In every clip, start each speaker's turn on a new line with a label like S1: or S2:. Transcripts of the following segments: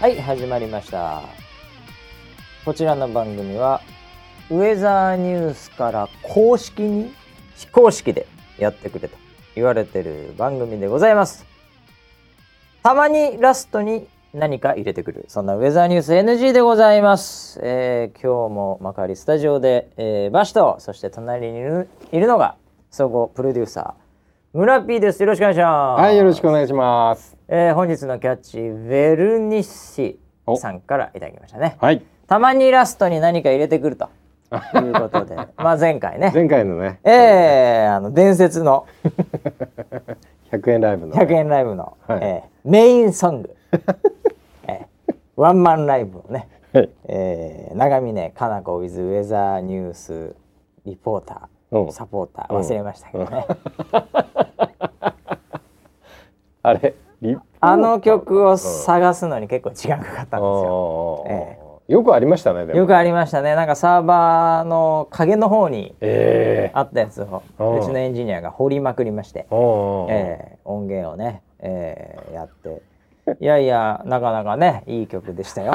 S1: はい、始まりました。こちらの番組は、ウェザーニュースから公式に、非公式でやってくれと言われてる番組でございます。たまにラストに何か入れてくる、そんなウェザーニュース NG でございます。えー今日も幕張スタジオで、えーバシと、そして隣にいるいるのが、総合プロデューサー、村 P です。よろしくお願いします。
S2: はい、よろしくお願いします。
S1: えー本日のキャッチベルニッシさんからいただきましたね
S2: はい、
S1: たまにラストに何か入れてくるということ でまあ前回ね
S2: 前回のね、
S1: えーあの伝説の
S2: 100円ライブの。
S1: 100円ライブの、
S2: はい
S1: えーメインソング、 えーワンマンライブをね、
S2: はい
S1: えー長峰かな子 with ウェザーニュースリポータ
S2: う
S1: ー
S2: ん
S1: サポーター忘れましたけどね、
S2: あれ、リップ
S1: あの曲を探すのに結構時間かかったんですよ。
S2: あーよくありましたね、でも。
S1: よくありましたねなんかサーバーの影の方に
S2: ええ
S1: あったやつを
S2: うん
S1: うちのエンジニアが掘りまくりまして、
S2: おー
S1: えー音源をね、えーやっていやいやなかなかねいい曲でした よ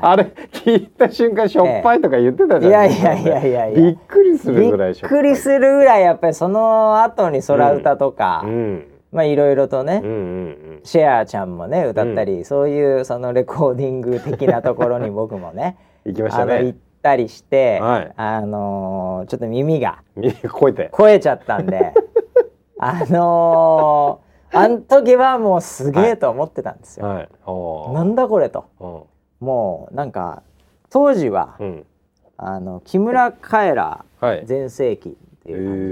S2: あれ、 聞いた瞬間、しょっぱいとか言ってたじゃな
S1: い
S2: い
S1: やいやいやいやいや
S2: びっくりす
S1: び
S2: る
S1: っ
S2: ぐらいしょっぱい。
S1: くりするぐらいやっぱりその後に空歌とか、
S2: うん。
S1: まあいろいろとね、
S2: うんうん
S1: シェアちゃんもね歌ったり、そういうそのレコーディング的なところに僕も ね
S2: うん。行きまし
S1: あ
S2: た
S1: の行っ
S2: ね。
S1: たりして、
S2: はい
S1: あのーちょっと耳が。
S2: み、超えて。
S1: 超えちゃったん であのー、あん時はもうすげえと思ってたんですよ、
S2: はい。お
S1: な
S2: ー
S1: んだこれと
S2: お
S1: もうなんか当時は、
S2: ー。うん。
S1: あの木村カエラ
S2: はい。
S1: 全盛期って
S2: え
S1: いう感じで、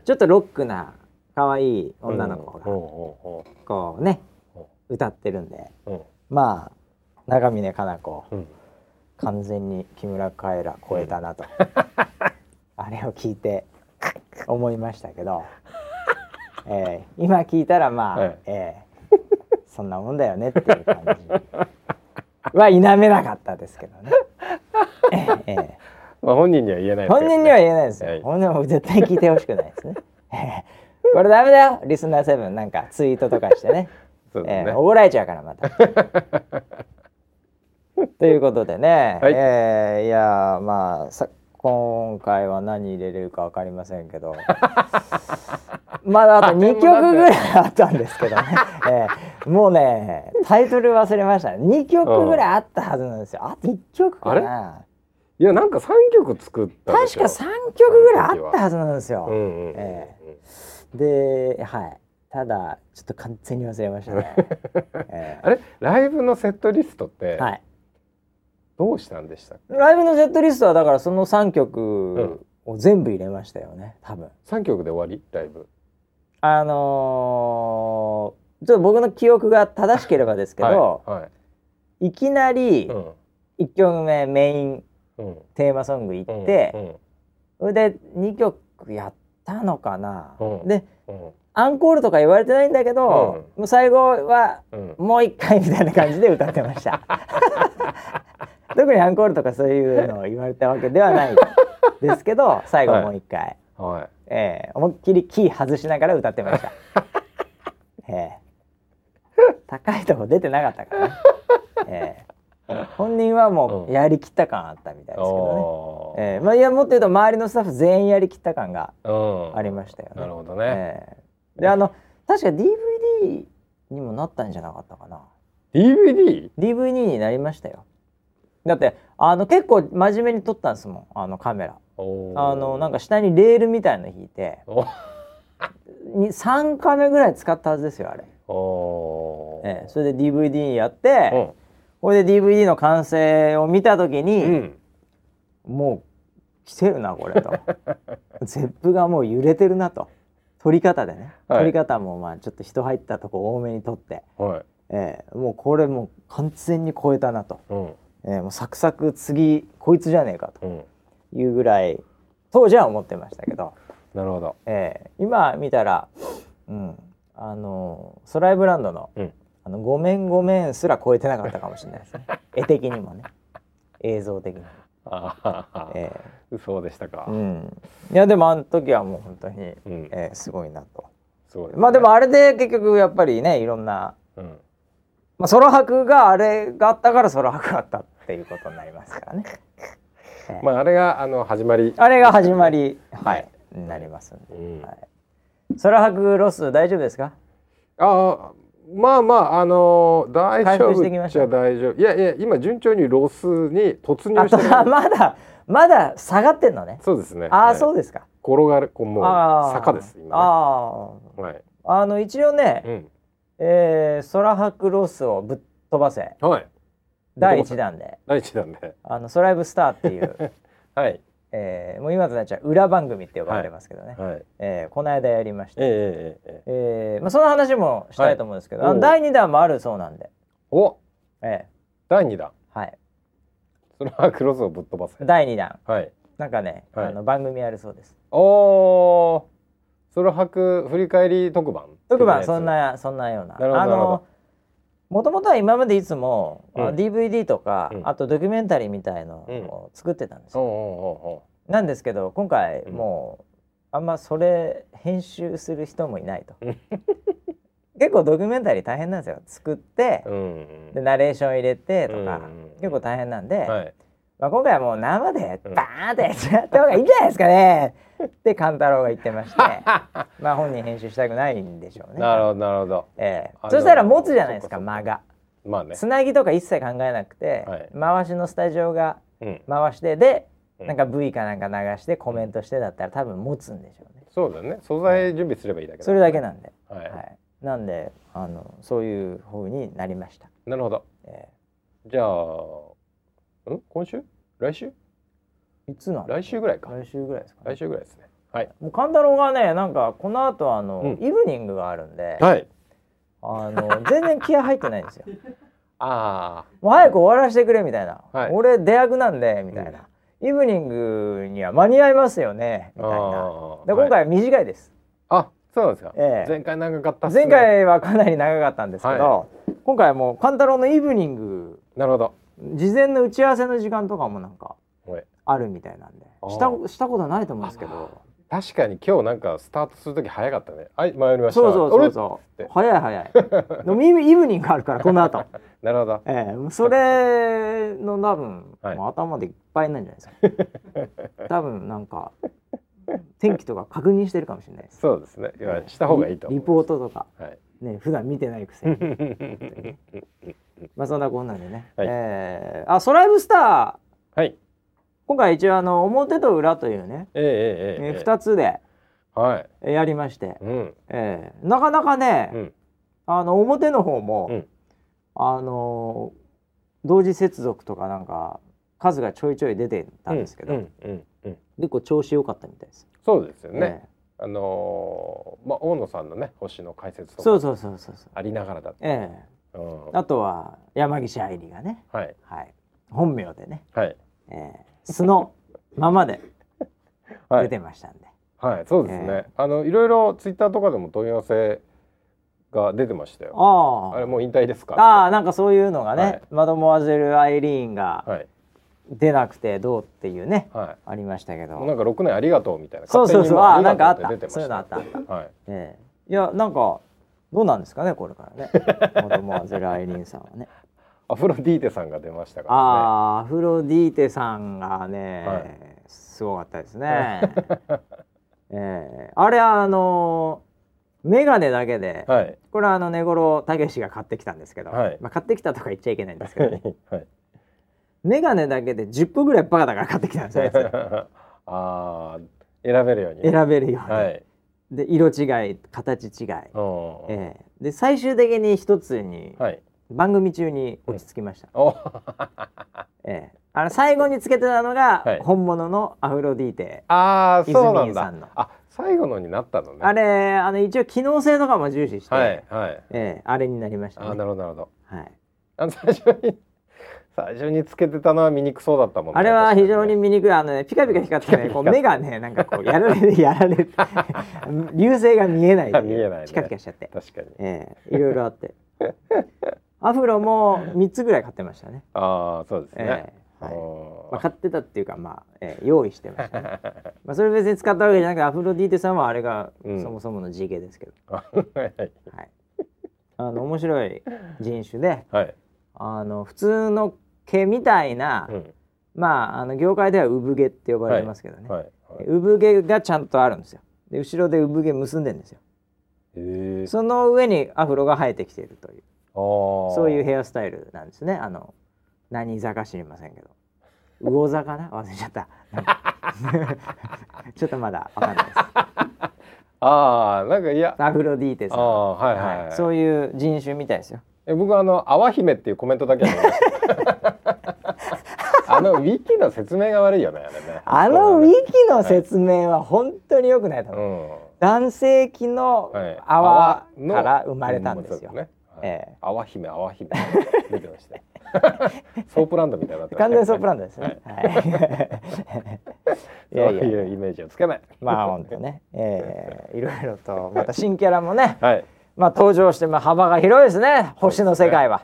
S2: ー
S1: ちょっとロックな可愛い女の子
S2: うん
S1: がこうね、歌ってるんで
S2: うんうん
S1: まあ長峰かな子
S2: うん。
S1: 完全に木村カエラ超えたなと、あれを聞いて思いましたけど、えー今聞いたらまあ、
S2: はい
S1: えーそんなもんだよねっていう感じは否めなかったですけどね。えーえ
S2: まあ、本人には言えな
S1: ー
S2: いですけ
S1: 本
S2: どね。
S1: 人には言えないですよ。
S2: はい
S1: 本人は絶対聞いてほしくないですね。えーこれダメだよリスナーセブンなんかツイートとかしてね。
S2: そうです
S1: え
S2: ね
S1: ー、。怒られちゃうからま た。ということでね、
S2: はい
S1: えーいやーまあさ今回は何入れれるか分かりません けどまだあと2曲ぐらいあったんですけどね、 えーもうねタイトル忘れました2曲ぐらいあったはずなんですよあと1曲かない
S2: やなんか三曲作ったで
S1: 確
S2: し
S1: か
S2: ょ
S1: 3曲ぐらいあったはずなんです
S2: う
S1: よ、
S2: んうんうんうん、
S1: えではいただちょっと完全に忘れました ね、え
S2: あれライブのセットリストって
S1: ーはい
S2: どうしたんでしたっけ、
S1: ライブのセットリストはだからその3曲を全部入れましたよね多分
S2: 三曲で終わりライブ
S1: あのーちょっと僕の記憶が正しければですけど、
S2: はい
S1: い、きなり
S2: はい
S1: 1曲目メイン
S2: うんうん
S1: テーマソング行
S2: うん
S1: って
S2: う、
S1: それで2曲やったのかな、
S2: うん
S1: で
S2: んうん
S1: アンコールとか言われてないんだけど、もう最後は
S2: うん
S1: もう一回みたいな感じで歌ってました 特にアンコールとかそういうのを言われたわけではないですけど最後もう一回、
S2: はい
S1: ええ思いっきりキー外しながら歌ってま した、ええ高いとこ出てなかったからね、ええ本人はも
S2: う
S1: うんやりきった感あったみたいですけどね、ええまあ、いやもっと言うと周りのスタッフ全員やりきった感が
S2: あーうん
S1: ありましたよね、
S2: なるほどね、
S1: ええであの確か DVD にもなったんじゃなかったかな
S2: DVD
S1: DVD になりましたよだってあの結構真面目に撮ったんですもんあのカメラ
S2: おー
S1: あのなんか下にレールみたいの引いて
S2: お
S1: に3カメぐらい使ったはずですよあれ、
S2: おー
S1: ええそれで DVD やって、
S2: うん
S1: これで DVD の完成を見た時に、
S2: うん
S1: もう来てるなこ れとゼップがもう揺れてるなと撮り方でね、
S2: はい
S1: 撮り方もまあちょっと人入ったとこ多めに撮って、
S2: はい
S1: ええもうこれもう完全に超えたなと、
S2: うん
S1: ええもうサクサク次こいつじゃねえかと
S2: うん
S1: いうぐらい当時は思ってましたけど、
S2: なるほど
S1: ええ今見たら、うん、あのソライブランドの「
S2: うん
S1: あのごめんごめん」すら超えてなかったかもしれないです ね絵的にもね映像的にも、
S2: あはは
S1: え
S2: そうでしたか
S1: えうん、いやでもあの時はもう本当に、え
S2: うん、
S1: えすごいなと
S2: すごいすね
S1: まあでもあれで結局やっぱりねいろんな
S2: うん
S1: まあ、空白があれがあったから空白があったっていうことになりますから ね。ええ
S2: まああれがあの始まり、
S1: あれが始まり、は
S2: はいい、
S1: になりますんで。
S2: うん
S1: はい空白ロス大丈夫ですか
S2: ああまあまああのー大丈
S1: 回復してき
S2: 夫
S1: まし
S2: じ
S1: た
S2: ゃ大丈夫いやいや今順調にロスに突入
S1: あ
S2: して
S1: と
S2: る
S1: はまだまだ下がってんのね。
S2: そうですね
S1: ああ、
S2: はい
S1: そうですか。
S2: 転がるこうもう
S1: ああ
S2: 坂です今、
S1: あ
S2: ね、はい、
S1: ああの一応ね、
S2: うん、
S1: えー、空白ロスをぶっ飛ばせ
S2: はい
S1: 第1弾で
S2: 第一弾で
S1: 「あのソライブスター」って いう、
S2: はい
S1: えー、もう今となっちゃう裏番組って呼ばれてますけどね、
S2: はい
S1: えーこの間やりました、え
S2: ええええええ
S1: ーまあ、その話もしたいと思うんですけど、
S2: はい
S1: あの
S2: おう
S1: 第2弾もあるそうなんで、
S2: お
S1: え
S2: 第二弾
S1: ーはい、
S2: それはクロスをぶっ飛ばせ
S1: 第2弾
S2: はい
S1: なんかね、
S2: はい
S1: あの番組あるそうです
S2: おおソロ博振り返り特番
S1: 特番そん
S2: 的
S1: なそんなような
S2: なるほど
S1: あ
S2: なるほ
S1: のもともとは今までいつも、あ
S2: うん
S1: DVD とか、
S2: うん
S1: あとドキュメンタリーみたいのを作ってたんですよ
S2: やつおうお
S1: なんですけど今回
S2: うん
S1: もうあんまそれ編集する人もいないと
S2: うん
S1: 結構ドキュメンタリー大変なんですよ作って
S2: うおうおううん
S1: でナレーション入れてとか
S2: うんうんうん
S1: 結構大変なんで、
S2: はい
S1: まあ、今回はもう生で
S2: うん
S1: バーンってやっちゃった方がいいんじゃないですかねって勘太郎が言ってまして まあ本人編集したくないんでしょうね。
S2: なるほどなるほど
S1: ええ
S2: あ
S1: そしたら持つじゃないですか
S2: でもそ
S1: 間
S2: っかそ
S1: が。
S2: っかまあね
S1: つなぎとか一切考えなくて、
S2: はい
S1: 回しのスタジオが
S2: うん
S1: 回してで
S2: うん
S1: なんか V かなんか流してコメントしてだったら多分持つんでしょうね
S2: そうだね素材準備すればいいだけだ
S1: それだけなんで、
S2: は、
S1: はいい、なんであのそういう風になりました、
S2: なるほど
S1: え
S2: じゃあん今週来週
S1: ーいつなの
S2: 来週ぐらいか
S1: 来週ぐらいですか、ね、
S2: 来週ぐらいですねはい
S1: もう勘太郎がねなんかこの後あの、
S2: うん
S1: イブニングがあるんで、
S2: はい
S1: あの全然気合入ってないんですよ
S2: あ
S1: もう早く終わらせてくれみたいな、
S2: はい
S1: 俺出役なんでみたいな、イブニングには間に合いますよねみ
S2: あ
S1: たいな
S2: あー
S1: で今回は短いです、
S2: あそうなんですか、
S1: ええ
S2: 前回長かったっすね
S1: 前回はかなり長かったんですけど、今回はもう勘太郎のイブニング
S2: なるほど
S1: 事前の打ち合わせの時間とかもなんか
S2: おい
S1: あるみたいなんで
S2: あー
S1: したしたことないと思うんですけど
S2: 確かに今日なんかスタートする時早かったねはい参りました
S1: そうそうそう
S2: う
S1: そう
S2: あ
S1: 早い早いでもイブイブニングあるからこの 後
S2: なるほど
S1: ええもうそれの多分、
S2: はい
S1: もう頭でいっぱいなんじゃない ですか多分なんか天気とか確認してるかもしれないです
S2: そうですねいやした方がいいと思
S1: リ
S2: う
S1: リポートとか
S2: はい
S1: ね普段見てないくせにまあそんなこんなんでね、
S2: はい
S1: ええあソライブスター
S2: はい
S1: 今回一応あの表と裏というね、
S2: えええええ
S1: え
S2: え
S1: 2つで
S2: はい
S1: えやりまして、
S2: うん
S1: えーなかなかね、
S2: うん
S1: あの表の方も、
S2: うん
S1: あのー同時接続とかなんか数がちょいちょい出てたんですけど、
S2: うんうんうん
S1: 結構調子良かったみたいです。
S2: そうですよね、
S1: え
S2: あのーまあ大野さんのね星の解説
S1: ー
S2: と
S1: そ
S2: か
S1: うそうそうそうそう。
S2: ありながらだ、
S1: え
S2: うん、
S1: えあとは山岸愛理がね、
S2: はい
S1: はい、本名でね、
S2: はい
S1: えー素のままで
S2: は
S1: 出
S2: い、
S1: てましたんで、
S2: はい、そうですね、
S1: え
S2: あのいろいろツイッターとかでも問い合わせが出てましたよ
S1: あ
S2: あれもう引退ですか
S1: ああーなんかそういうのがね、
S2: はい
S1: マドモアゼル・アイリーンが
S2: はい
S1: 出なくてどうっていうね、
S2: は
S1: ありましたけ
S2: い
S1: ど
S2: もうなんか六年ありがとうみたいな
S1: そうそうそうああーなんかあっ
S2: 勝手にもうりがとう
S1: たそういうのあったあった、
S2: たはい
S1: ええいやなんかどうなんですかねこれ からね子供はゼラアイリーンさんはね
S2: アフロディーテさんが出ましたか
S1: ああアフロディーテさんがね、
S2: はい
S1: すごかったです ねええあれあの眼鏡だけで、
S2: らね
S1: これはあの寝頃たけしが買ってきたんですけど、
S2: はい
S1: まあ、買ってきたとか言っちゃいけないんですけ
S2: は
S1: ど、
S2: いはい
S1: 眼鏡だけで10個ぐらいバカだから買ってきたんですよあいつ
S2: ああ選べるように
S1: 選べるように、
S2: はい
S1: で色違い形違い、
S2: うん
S1: ええで最終的に一つに
S2: はい
S1: 番組中に落ち着きました、
S2: お
S1: ええあの最後につけてたのが
S2: はい
S1: 本物のアフロディーテ、
S2: ああそうな
S1: 泉
S2: ん
S1: さ
S2: だ
S1: んの
S2: あ最後のになったのね
S1: あれあの一応機能性とかも重視して、
S2: はいはい
S1: ええあれになりました
S2: あー
S1: ね
S2: なるほどなるほど
S1: はい、
S2: あの最初に 最初につけてたのは醜そうだったもんね
S1: あれは非常に
S2: 確
S1: 醜いあの、ね、ピカピカ光ってね
S2: ピカピカ
S1: こう目がねなんかこうやられ るやら れる流星が見えないという
S2: 見えないね
S1: ピカピカしちゃって、
S2: かに確かに
S1: ええいろいろあってアフロも3つぐらい買ってましたね、
S2: ああそうですね
S1: え、えはい
S2: おー
S1: まあ、買ってたっていうか、まあえー用意してました、ねまあ、それ別に使ったわけじゃなくてアフロディーテさんはあれが
S2: うん
S1: そもそもの GK ですけど、
S2: はいはい
S1: はい、あの面白い人種で
S2: はい。
S1: あの普通の毛みたいな、
S2: うん。
S1: まああの業界では産毛って呼ばれますけどね、
S2: はい。はい。
S1: 産毛がちゃんとあるんですよで後ろで産毛結んでんですよ
S2: ええ。
S1: その上にアフロが生えてきているという
S2: ああ。
S1: そういうヘアスタイルなんですねあの何座か知りませんけど魚座かな忘れちゃった ちょっとまだわかんないです
S2: ああ、なんかいや。
S1: アフロディーテさ
S2: あ
S1: ん
S2: あ、はいはい、
S1: は、
S2: はいい。
S1: そういう人種みたいですよ
S2: え僕あの「あわ姫」っていうコメントだけは見ま したあのウィキの説明が悪いよねあれね
S1: あのウィキの説明は本当に良くないと思う、
S2: うん
S1: 男性器の
S2: はい
S1: 泡
S2: 泡の
S1: から生まれたんですよ。
S2: そうねはい
S1: ええ
S2: あわ姫あ わ姫出てましたよ ソープランドみたいになってました
S1: 完
S2: ね
S1: 全ソープランドですね。はい。 いやい
S2: そ
S1: や、
S2: ういうイメージをつけない
S1: まあ本当ね、えー、いろいろとまた新キャラもね、
S2: はい
S1: まあ登場してまあ幅が広いですね。星の世界は、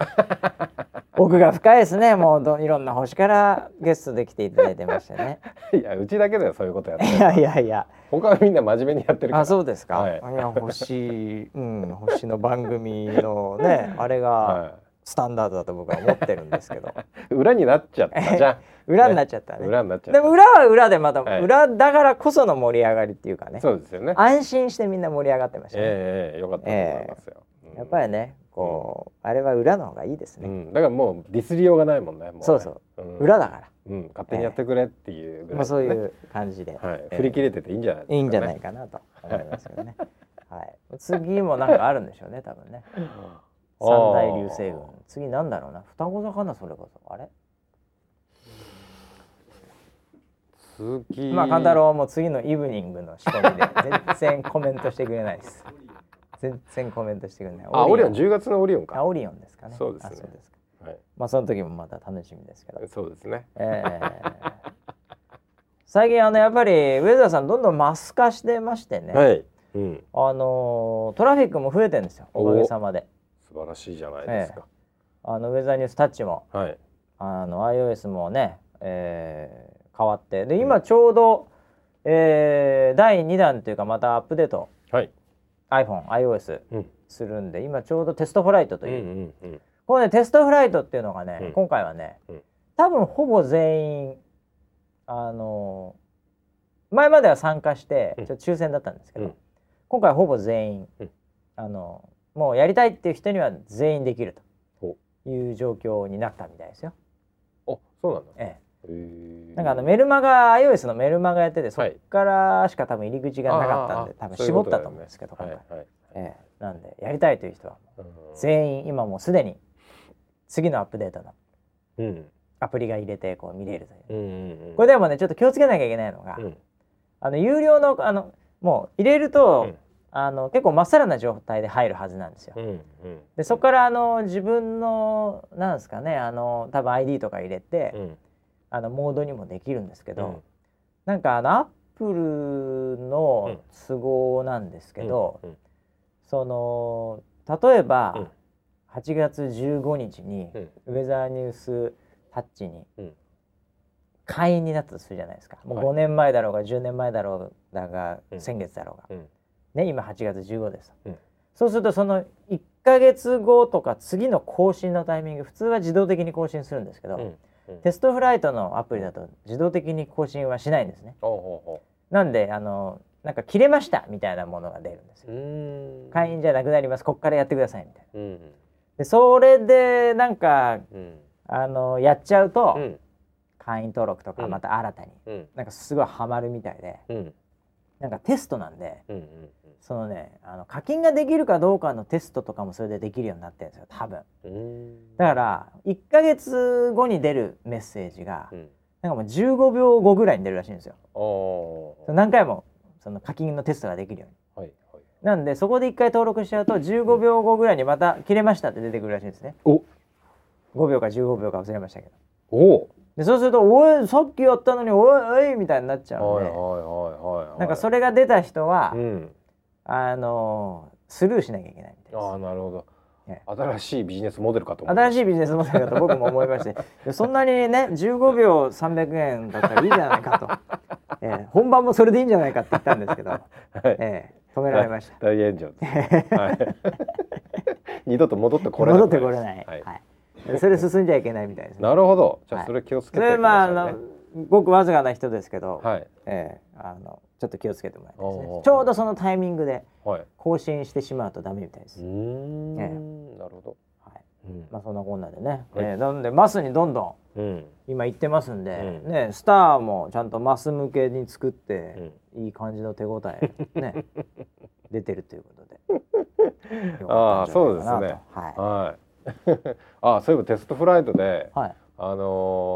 S1: 奥が深いですね。もうどいろんな星からゲストで来ていただいてましてね。
S2: いやうちだけだよそういうことやって
S1: いやいやいや。
S2: 他はみんな真面目にやってるから
S1: あそうですか、
S2: はい
S1: い、や星、うん、星の番組のねあれが
S2: は
S1: スタンダードだと僕は思ってるんですけど
S2: い、裏になっちゃったじゃん
S1: 裏になっちゃったね
S2: 裏になっちゃった
S1: でも裏は裏でまた、
S2: はい
S1: 裏だからこその盛り上がりっていうかね
S2: そうですよね
S1: 安心してみんな盛り上がってましたね、
S2: ええええよかったと思いますよ、うん
S1: やっぱりねこう、あれは裏の方がいいです
S2: う
S1: ね、
S2: ん、だからもうディスりようがないもんね。もね
S1: そうそう、
S2: ん
S1: 裏だから、
S2: うん、勝手にやってくれっていうぐらい、ね
S1: まあ、そういう感じで、
S2: はい、
S1: えー
S2: 振り切れてていいんじゃないですか、
S1: いいんじゃない。かなと思いますけどね、はい、次もなんかあるんでしょうね多分 ね三大流星群次なんだろうな双子座かなそれこそあれ
S2: 群。月。
S1: まあ勘太郎はもう次のイブニングの仕込みで 全然コメントしてくれないです全然コメントしてくれない
S2: あ、オリオン10月のオリオン
S1: あ
S2: か。
S1: オリオンですかね
S2: そうですね
S1: あそうですか
S2: はい。
S1: まあその時もまた楽しみですけど、
S2: そうですね。
S1: えー、最近あのやっぱりウェザーさんどんどんマス化してましてね、
S2: はい。うん。
S1: あのートラフィックも増えてるんですよおかげさまで
S2: 素晴らしいじゃないですか。
S1: あのウェザーニュースタッチも
S2: はい。
S1: あの iOS もね、えー変わってで今ちょうど、えー第2弾というかまたアップデート
S2: はい。
S1: iPhoneiOS
S2: うん。
S1: するんで今ちょうどテストフライトと
S2: うん
S1: いう、
S2: うんうん。
S1: このねテストフライトっていうのがね、
S2: うん
S1: 今回はね、
S2: うん
S1: 多分ほぼ全員あのー前までは参加して
S2: うん
S1: ちょっと抽選だったんですけど、
S2: うん
S1: 今回ほぼ全員、
S2: うん
S1: あのーもうやりたいっていう人には全員できる
S2: ほ
S1: という状況になったみたいですよ。
S2: あ、そうなんだ。
S1: ええ
S2: へー
S1: なんかあのメルマガ iOS のメルマガやっててそ
S2: は
S1: っ
S2: い
S1: からしか多分入り口がなかったんで
S2: あ
S1: 多
S2: ー
S1: 分
S2: そういう
S1: 絞
S2: こ
S1: っ
S2: と
S1: たと
S2: だよ
S1: 思うん
S2: ね
S1: ですけど
S2: は
S1: 今
S2: い
S1: 回
S2: はい。
S1: ええなんでやりたいという人は
S2: うん
S1: 全員今もうすでに次のアップデートの
S2: うん。
S1: アプリが入れてこう見れるという
S2: うんうんうん。
S1: これでもねちょっと気をつけなきゃいけないのが
S2: うん。
S1: あの有料のあのもう入れる
S2: う
S1: と
S2: ん
S1: あの結構まっさらな状態で入るはずなんですよ
S2: う。んうん。
S1: でそこからあの自分のなんですかねあの多分 ID とか入れて
S2: うん。
S1: あのモードにもできるんですけど、
S2: うん
S1: なんかあのアップルの都合なんですけど、
S2: うん
S1: その例えば、
S2: うん
S1: 8月15日に、
S2: うん
S1: ウェザーニュースタッチに
S2: うん
S1: 会員になったとするじゃないですか、もう
S2: はい
S1: 5年前だろうが10年前だろうだが、
S2: うん
S1: 先月だろうが、
S2: うん
S1: ね、今8月15です、
S2: うん
S1: そうするとその1ヶ月後とか次の更新のタイミング普通は自動的に更新するんですけど、
S2: うんうん。
S1: テストフライトのアプリだと自動的に更新はしないんですね。
S2: ほうほうほ
S1: なんであのなんか切れましたみたいなものが出るんです
S2: う。
S1: よ。
S2: うん
S1: 会員じゃなくなります。こっからやってくださいみたいな。
S2: うん
S1: でそれでなんか
S2: うん
S1: あのやっちゃうと、
S2: うん
S1: 会員登録とか
S2: うん
S1: また新たに、
S2: うん
S1: なんかすごいハマるみたいで、
S2: うん
S1: なんかテストなんで。
S2: うんうん
S1: そのねあの課金ができるかどうかのテストとかもそれでできるようになってるんですよ多分
S2: うん
S1: だから1ヶ月後に出るメッセージが
S2: うん
S1: なんかもう15秒後ぐらいに出るらしいんですよ
S2: あー
S1: 何回もその課金のテストができるように
S2: はいはい
S1: なんでそこで一回登録しちゃうと15秒後ぐらいにまた切れましたって出てくるらしいんですね
S2: お
S1: 5秒か15秒か忘れましたけど
S2: お
S1: でそうすると「おいさっきやったのにおいおい」みたいになっちゃうん
S2: はいはい
S1: で、
S2: はいはい
S1: なんかそ
S2: れ
S1: れが出た人は、
S2: うん
S1: あのースルーしなきゃいけないみたいです
S2: あーなるほ
S1: ね
S2: ど新しいビジネスモデルかと思う
S1: 新
S2: し
S1: しいビジネスモデルだと僕も思いましていやそんなにね15秒300円だったらいいじゃないかと、ええ本番もそれでいいんじゃないかって言ったんですけど、
S2: い
S1: ええ止められました。
S2: 大炎上です、はい、二度と戻ってこれな
S1: 戻
S2: く
S1: ってこれ
S2: ないです
S1: ない。
S2: はい
S1: はい。それ進んじゃいけないみたいですね。
S2: なるほどじゃ
S1: は
S2: あ
S1: い
S2: それ気をつけ
S1: そ
S2: てくださ
S1: れ
S2: い、ね
S1: まああのごくわずかな人ですけど、
S2: はい
S1: ええあのちょっと気をつけてもらいたいです
S2: おうおうお
S1: ね
S2: う。
S1: ちょうどそのタイミングで
S2: はいう
S1: 更新してしまうとダメみたいで
S2: ー
S1: す。
S2: ん、
S1: え
S2: なるほど、
S1: はい。
S2: うん
S1: まあそんなこんなでね。ええなのでマスにどんどん
S2: うん
S1: 今行ってますんで、
S2: うん
S1: ねスターもちゃんとマス向けに作って、いい感じの手応え ね出てるということで。よかったんじゃないかな
S2: ああそ
S1: と
S2: うですね
S1: は
S2: はい あそういえばテストフライトで
S1: い。はい。
S2: あ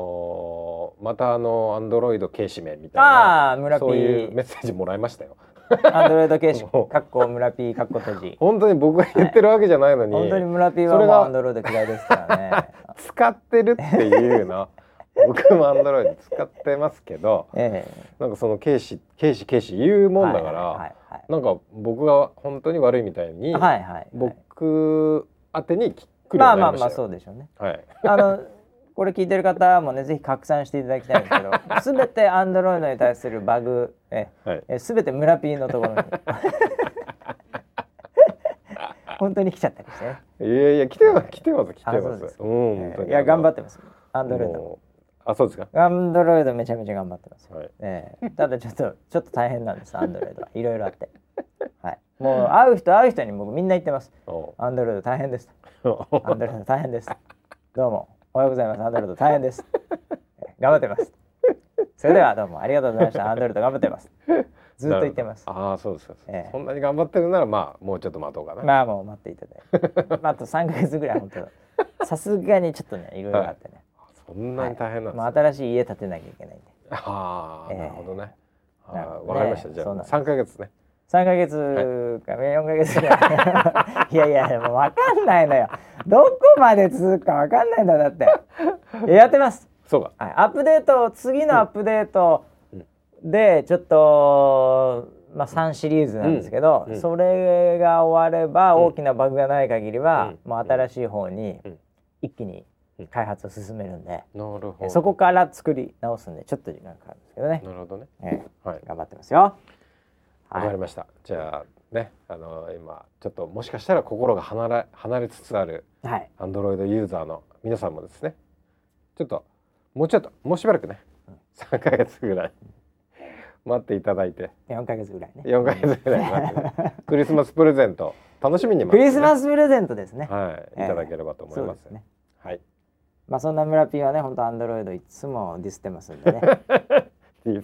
S2: のーまたあのアンドロイドけしめんみたいな
S1: ああ村ピ
S2: そういう
S1: ー
S2: メッセージもらいましたよ
S1: アンドロイド形式
S2: もう
S1: かっこ村ピーかっこ閉 じ。
S2: 本当に僕が言ってるわけじゃないのに、
S1: 本当に村ピーは
S2: そ
S1: も
S2: れ
S1: う
S2: が
S1: アンドロイド嫌いですから ね。
S2: 使ってるってい うな僕もアンドロイド使ってますけど
S1: え
S2: なんかその軽視軽視軽視言う
S1: え
S2: もんだから、
S1: はいはい
S2: なんか僕が本当に悪いみたいに、
S1: はいはいはい。
S2: 僕宛てにきっくり
S1: ま
S2: は
S1: あま
S2: な
S1: あ
S2: り
S1: ま
S2: ま
S1: あ
S2: した
S1: そう
S2: よ。
S1: でしょうね。
S2: はい。
S1: あのこれ聞いてる方もねぜひ拡散していただきたいんですけど、す べてアンドロイドに対するバグえ
S2: はい。
S1: えすべて村ピーのと ころに本当に来ちゃったりしてね。
S2: いやいや来てます来てます来て
S1: あそ
S2: ま
S1: う
S2: す。
S1: です
S2: う
S1: か
S2: ん本当
S1: え
S2: に。
S1: えいや頑張
S2: っ
S1: ってます。アンドロイド。
S2: あそうですか。
S1: アンドロイドめちゃめちゃ頑張ってます。
S2: はい。
S1: え えただちょっとちょっと大変なんですアンドロイドはいろいろあって、はい、もう会う人会う人に僕みんな言ってます
S2: お
S1: アンドロイド大変ですアン
S2: う
S1: ドロイド大変ですどうもおはようございますアンドロイド大変ですえ頑張ってますそれではどうもありがとうございましたアンドロイド頑張ってますずっと言ってます
S2: ああそうですか。
S1: ええ
S2: そんなに頑張ってるならまあもうちょっと待とうかな。
S1: まあもう待っていただ いて、まあ、あと3ヶ月ぐらい本当さすがにちょっとねいろいろあってね、
S2: そんなに大変なんですね
S1: まあ、新しい家建てなきゃいけないんで
S2: ああ、
S1: ええ
S2: なるほどね。あ
S1: なる
S2: あ
S1: ほどね
S2: わかりました。じゃ
S1: そうなん
S2: あ
S1: です
S2: 三ヶ月ね。
S1: 三ヶ月か4ヶ月ぐらい いやいやもう分かんないのよどこまで続くか分かんないんだだってやってます、
S2: そうか。
S1: はい、アップデート次のアップデート
S2: うん
S1: でちょっと、まあ、3シリーズなんですけど、
S2: うんうん
S1: それが終われば大きなバグがない限りは、
S2: うん
S1: もう新しい方に
S2: うん
S1: 一気に開発を進めるんで、
S2: なるほど。
S1: そこ。から作り直すんでちょっと時間かかるんですけどね、
S2: なるほどね。
S1: ええ
S2: はい。
S1: 頑張ってますよ。
S2: わかりました。じゃあね、あの今ちょっともしかしたら心が離れ離れつつある
S1: はい、
S2: アンドロイドユーザーの皆さんもですね、ちょっともうちょっともうしばらくね、三ヶ月ぐらい待っていただいて、
S1: 4ヶ月ぐらいね。
S2: 四ヶ月ぐらい待っ て、ね、クリスマスプレゼント楽しみに待
S1: ク
S2: ってね、
S1: リスマスプレゼントですね。
S2: はい、いただければと思い
S1: そう
S2: ま。
S1: ですすね。
S2: はい。
S1: まあそんな村ピーはね、本当アンドロイドいつもディスってますんでね。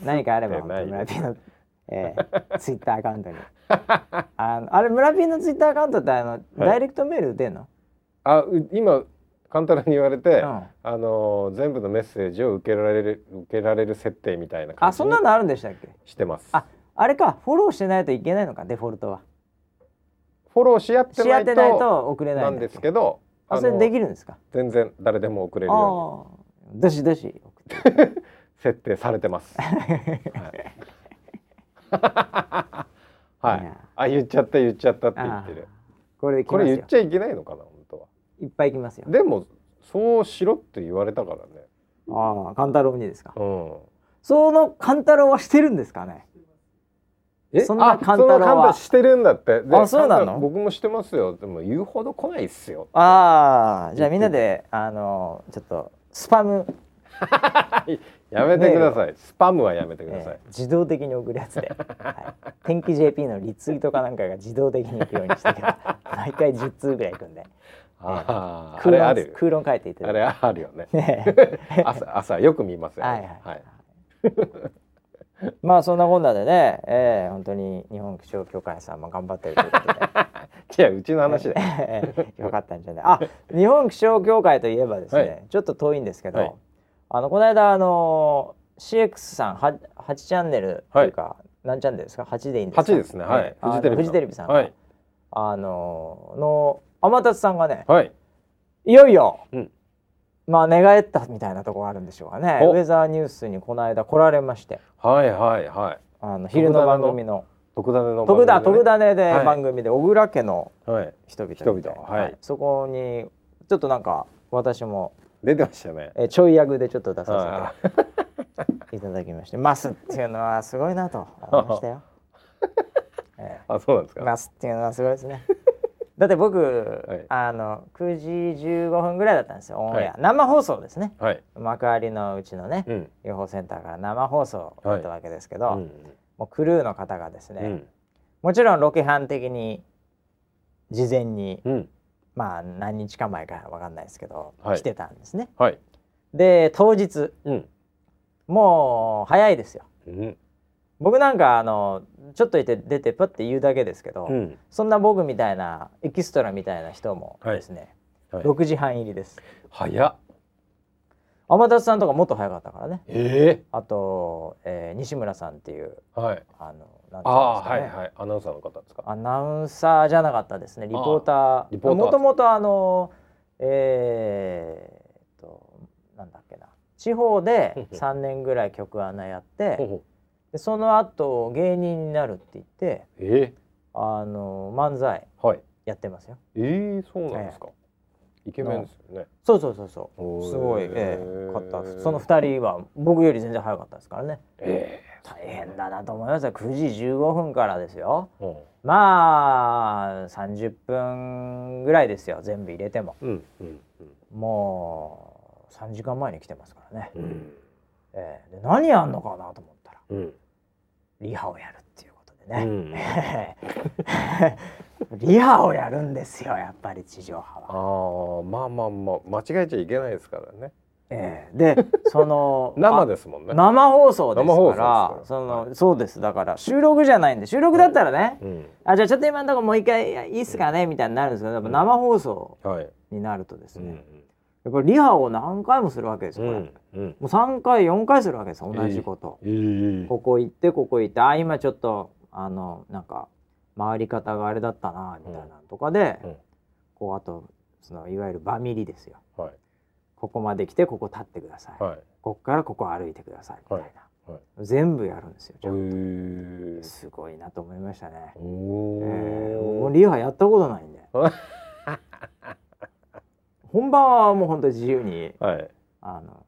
S1: 何かあれば本当村ピー の、えー、ツイッターアカウントに。あのあれ村ピーのツイッターアカウントってあの、ダイレクトメール出んの？
S2: あう今簡単に言われて、
S1: うん
S2: あのー全部のメッセージを受けられる受けられる設定みたいな感
S1: あ
S2: じ
S1: そん
S2: に
S1: なのあるんでしたっけ？
S2: してます。
S1: ああれかフォローしてないといけないのかデフォルトは。
S2: フォローし合って
S1: し合
S2: な
S1: っ
S2: い
S1: てない
S2: と
S1: と送れない
S2: なんん
S1: だっ
S2: で
S1: け
S2: すけど、
S1: あ
S2: あ
S1: それ
S2: の
S1: できるんですか？
S2: 全然誰でも送れる
S1: ああ
S2: よ
S1: ー、どしどし送って。
S2: うに設定され てます。はい。はいい
S1: や
S2: あ言っちゃった言っちゃったって言ってる。
S1: あーこれで来
S2: こ
S1: ま
S2: れ
S1: す
S2: 言
S1: よ
S2: っ。ちゃいけないのかな本当は。
S1: いっぱい来ますよ。
S2: でもそうしろって言われたからね。
S1: ああ、カンタロウにですか。
S2: うん。
S1: そのカンタロウはしてるんですかね。そんな
S2: あ
S1: カンタロウ
S2: そんなカン
S1: は
S2: タ。してるんだってで
S1: あそうなの
S2: カンタ僕もしてますよでも言うほど来ないっすよ
S1: ああ、じゃあみんなで、あの、ちょっとスパム、
S2: やめてくださいスパムはやめてください、
S1: えー自動的に送るやつで。はい、天気 JP のリツイートかなんかが自動的に行くようにしてる。 毎回10通ぐらい行くんで。
S2: あーあ
S1: 空
S2: れあ
S1: 論
S2: る、
S1: 空論書いていた
S2: あ
S1: だい
S2: れあるよね
S1: て。ね
S2: 朝朝よく見ますよ、ね、
S1: はいはい まあそんなこんなでね、えー、本当に日本気象協会さんも頑張ってるということで。
S2: じゃあうちの話で、
S1: ええよかったんじゃない。あ、日本気象協会といえばですね、
S2: はい
S1: ちょっと遠いんですけど、
S2: はい
S1: あのこの間あの CX さんは八チャンネルというか、何チャンネルですか？八でいいんですか？
S2: 八ですねはい、
S1: あの
S2: フジテレビ
S1: フジテレビさんが。
S2: はい
S1: あのの天達さんがね、
S2: はい
S1: いよいよ、
S2: うん
S1: まあ寝返ったみたいなところあるんでしょうかね。
S2: お
S1: ウェザーニュースにこの間来られまして、
S2: はいはいはい
S1: あの昼の番組の
S2: 特ダネの
S1: 徳田徳田
S2: ダ
S1: ねで
S2: はい
S1: 番組で小倉家の
S2: はい
S1: 人々
S2: 人
S1: みたい
S2: 々
S1: な
S2: はい
S1: そこにちょっとなんか私も、
S2: 出てましたね
S1: えーちょい役でちょっと出さ
S2: あ
S1: せていただきましてますっていうのはすごいなと思いましたよ。ええ
S2: あそうなんですか、
S1: ますっていうのはすごいですねだって僕、
S2: い
S1: あの9時15分ぐらいだったんですよオンエア、
S2: は
S1: 生放送ですね
S2: はい
S1: 幕張のうちのね、
S2: うん
S1: 予報センターから生放送だったわけですけど、
S2: うん
S1: もうクルーの方がですね、
S2: うん
S1: もちろんロケハン的に事前に、
S2: うん
S1: まあ何日か前かわかんないですけど、
S2: はい
S1: 来てたんですね
S2: はい
S1: で当日
S2: うん
S1: もう早いですよ
S2: うん
S1: 僕なんかあのちょっといて出てパッて言うだけですけど、
S2: うん
S1: そんな僕みたいなエキストラみたいな人もですね、
S2: はい
S1: 6時半入りです
S2: 早っ
S1: 天達さんとかもっと早かったからね
S2: え
S1: あと、えー西村さんっていう
S2: えはい
S1: あのなんて
S2: あ
S1: いうんですか
S2: あは
S1: ね
S2: いはいアナウンサーの方ですか
S1: アナウンサーじゃなかったですねリポーター
S2: リポーター
S1: もともとあのえー、となんだっけな地方で3年ぐらい局アナやっ
S2: ほう
S1: て
S2: ほ
S1: でその後芸人になるって言って
S2: うええ
S1: あの漫才
S2: はい
S1: やってますよ
S2: ええそうなんですか、イケメンですよね
S1: そうそうそうそう
S2: おー
S1: すごい、ええ、買ったその2人は僕より全然早かったですからね
S2: え
S1: 大変だなと思いますよ9時15分からですよ
S2: えうん
S1: まあ30分ぐらいですよ全部入れても
S2: うんうんうん
S1: もう3時間前に来てますからね、
S2: うん
S1: ええで何やんのかなと思ったら
S2: うん
S1: リハをやるっていうことで
S2: う
S1: ね、
S2: ん
S1: リハをやるんですよやっぱり地上波は。
S2: ああまあまあまあ間違えちゃいけないですからね
S1: ええでその
S2: 生ですもんね
S1: 生放送です
S2: 生放
S1: か
S2: 送ですからら
S1: その、
S2: は
S1: そうですだから収録じゃないんで収録だったらね、
S2: うん
S1: あじゃあちょっと今のところもう一回いやいいっすかねみたいになるんですけどやっぱ生放送
S2: はい
S1: になるとです
S2: う
S1: ね、
S2: ん
S1: やっぱりリハを何回もするわけです
S2: う
S1: よ、これも
S2: んうん
S1: う3回4回するわけですよ同じこと、
S2: ええ
S1: ここ行ってここ行ってあ今ちょっとあのなんか回り方があれだったなみたいなのとかで、
S2: うんうん
S1: こうあとそのいわゆる場ミリですよ
S2: はい
S1: ここまで来てここ立ってください、
S2: はい
S1: ここからここ歩いてくださいみたいな、
S2: はいは
S1: 全部やるんですよちゃんと
S2: ええ
S1: すごいなと思いましたね。
S2: お
S1: えー、
S2: お
S1: もうリハやったことない んで
S2: お。
S1: 本番はもう本当に自由に
S2: はい
S1: あの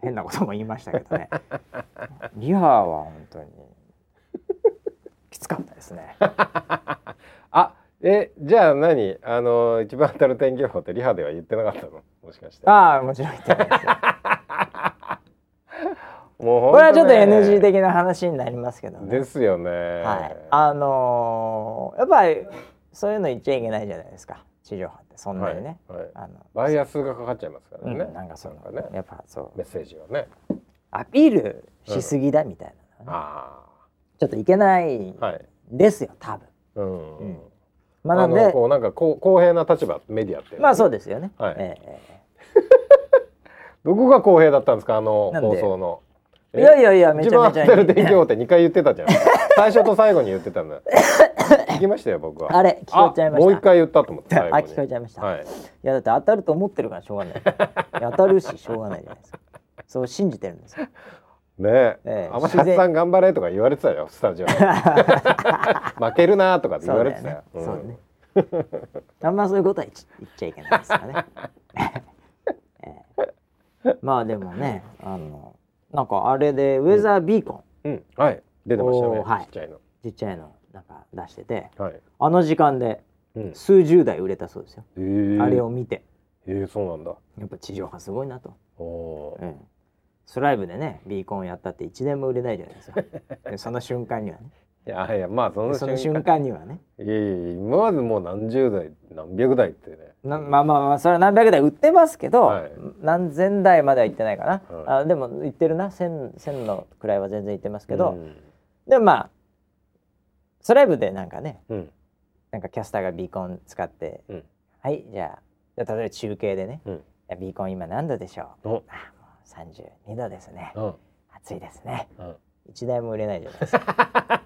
S1: 変なことも言いましたけどね。 リハは本当にきつかったですね。
S2: あえじゃあ何あの一番当たる天気予報ってリハでは言ってなかったのもしかして
S1: ああもちろん言ってない ですよ。
S2: もうほん
S1: これはちょっと
S2: ね
S1: NG 的な話になりますけどね。
S2: ですよね
S1: はい。あのーやっぱりそういうの言っちゃいけないじゃないですか。地上波ってそんなにね。
S2: はいはい
S1: あの
S2: バイアスがかかっちゃいますから
S1: うん、
S2: ね、
S1: なんかその
S2: ね
S1: やっぱそう
S2: メッセージはね
S1: アピールしすぎだみたいな、
S2: あ
S1: ちょっといけない
S2: あはい
S1: ですよ多分
S2: うん、
S1: うんま
S2: ま
S1: あな
S2: あ
S1: ん
S2: の
S1: で
S2: こうなんかこう公平な立場メディアって
S1: まあそうですよね、
S2: はい
S1: えええ
S2: どこが公平だったんですかあの
S1: なんで
S2: 放送の
S1: えいやいやいやめ
S2: 一
S1: ちゃめ
S2: 番
S1: ち
S2: 当
S1: ゃ
S2: たる天気予報って2回言ってたじゃん最初と最後に言っ てたんだよ聞きましたよ僕は
S1: あれ聞こえちゃいました
S2: あもう一回言ったと思って最
S1: あ
S2: 後に
S1: 聞こえちゃいました、い、
S2: はい
S1: やだって当たると思ってるからしょうがないいや当たるししょうがないじゃないですかそう信じてるんですよ
S2: ねえ、
S1: ええ
S2: 天達さん頑張れとか言われてたよス タジオ負けるなとかって言われてたよ
S1: そうだよ
S2: ん
S1: ね、そうだねあんまそういうことは言っち言っちゃいけないですからね、 ええまあでもねあのなんかあれでウェザービーコン、
S2: うんはい出てましたね、
S1: おーはい
S2: ちっちゃいの
S1: ちっちゃいのなんか出してて
S2: はい、
S1: あの時間で
S2: うん、
S1: 数十台売れたそうですよ、
S2: えー、
S1: あれを見て
S2: えー、そうなんだ
S1: やっぱ地上波すごいなと、
S2: おお
S1: うん、スライブでねビーコンやったって1年も売れないじゃないです かでその瞬間にはね
S2: ーいやいやまあその
S1: そ
S2: 瞬
S1: の
S2: 間
S1: 瞬間にはね
S2: いやいや今までもう何十代何百代ってね
S1: なまあまあまあそれは何百台売ってますけど、
S2: はい
S1: 何千台までは行ってないかな、
S2: は
S1: あでも行ってるな千千のくらいは全然行ってますけど、
S2: うん
S1: でもまあスライブでなんかね
S2: うん
S1: なんかキャスターがビーコン使って、
S2: うん
S1: はいじゃあじゃあ例えば中継でね、
S2: うん
S1: いやビーコン今何度でしょうあ
S2: お
S1: もう32度ですね
S2: うん
S1: 暑いですね
S2: うん
S1: 一台も売れないじゃないですか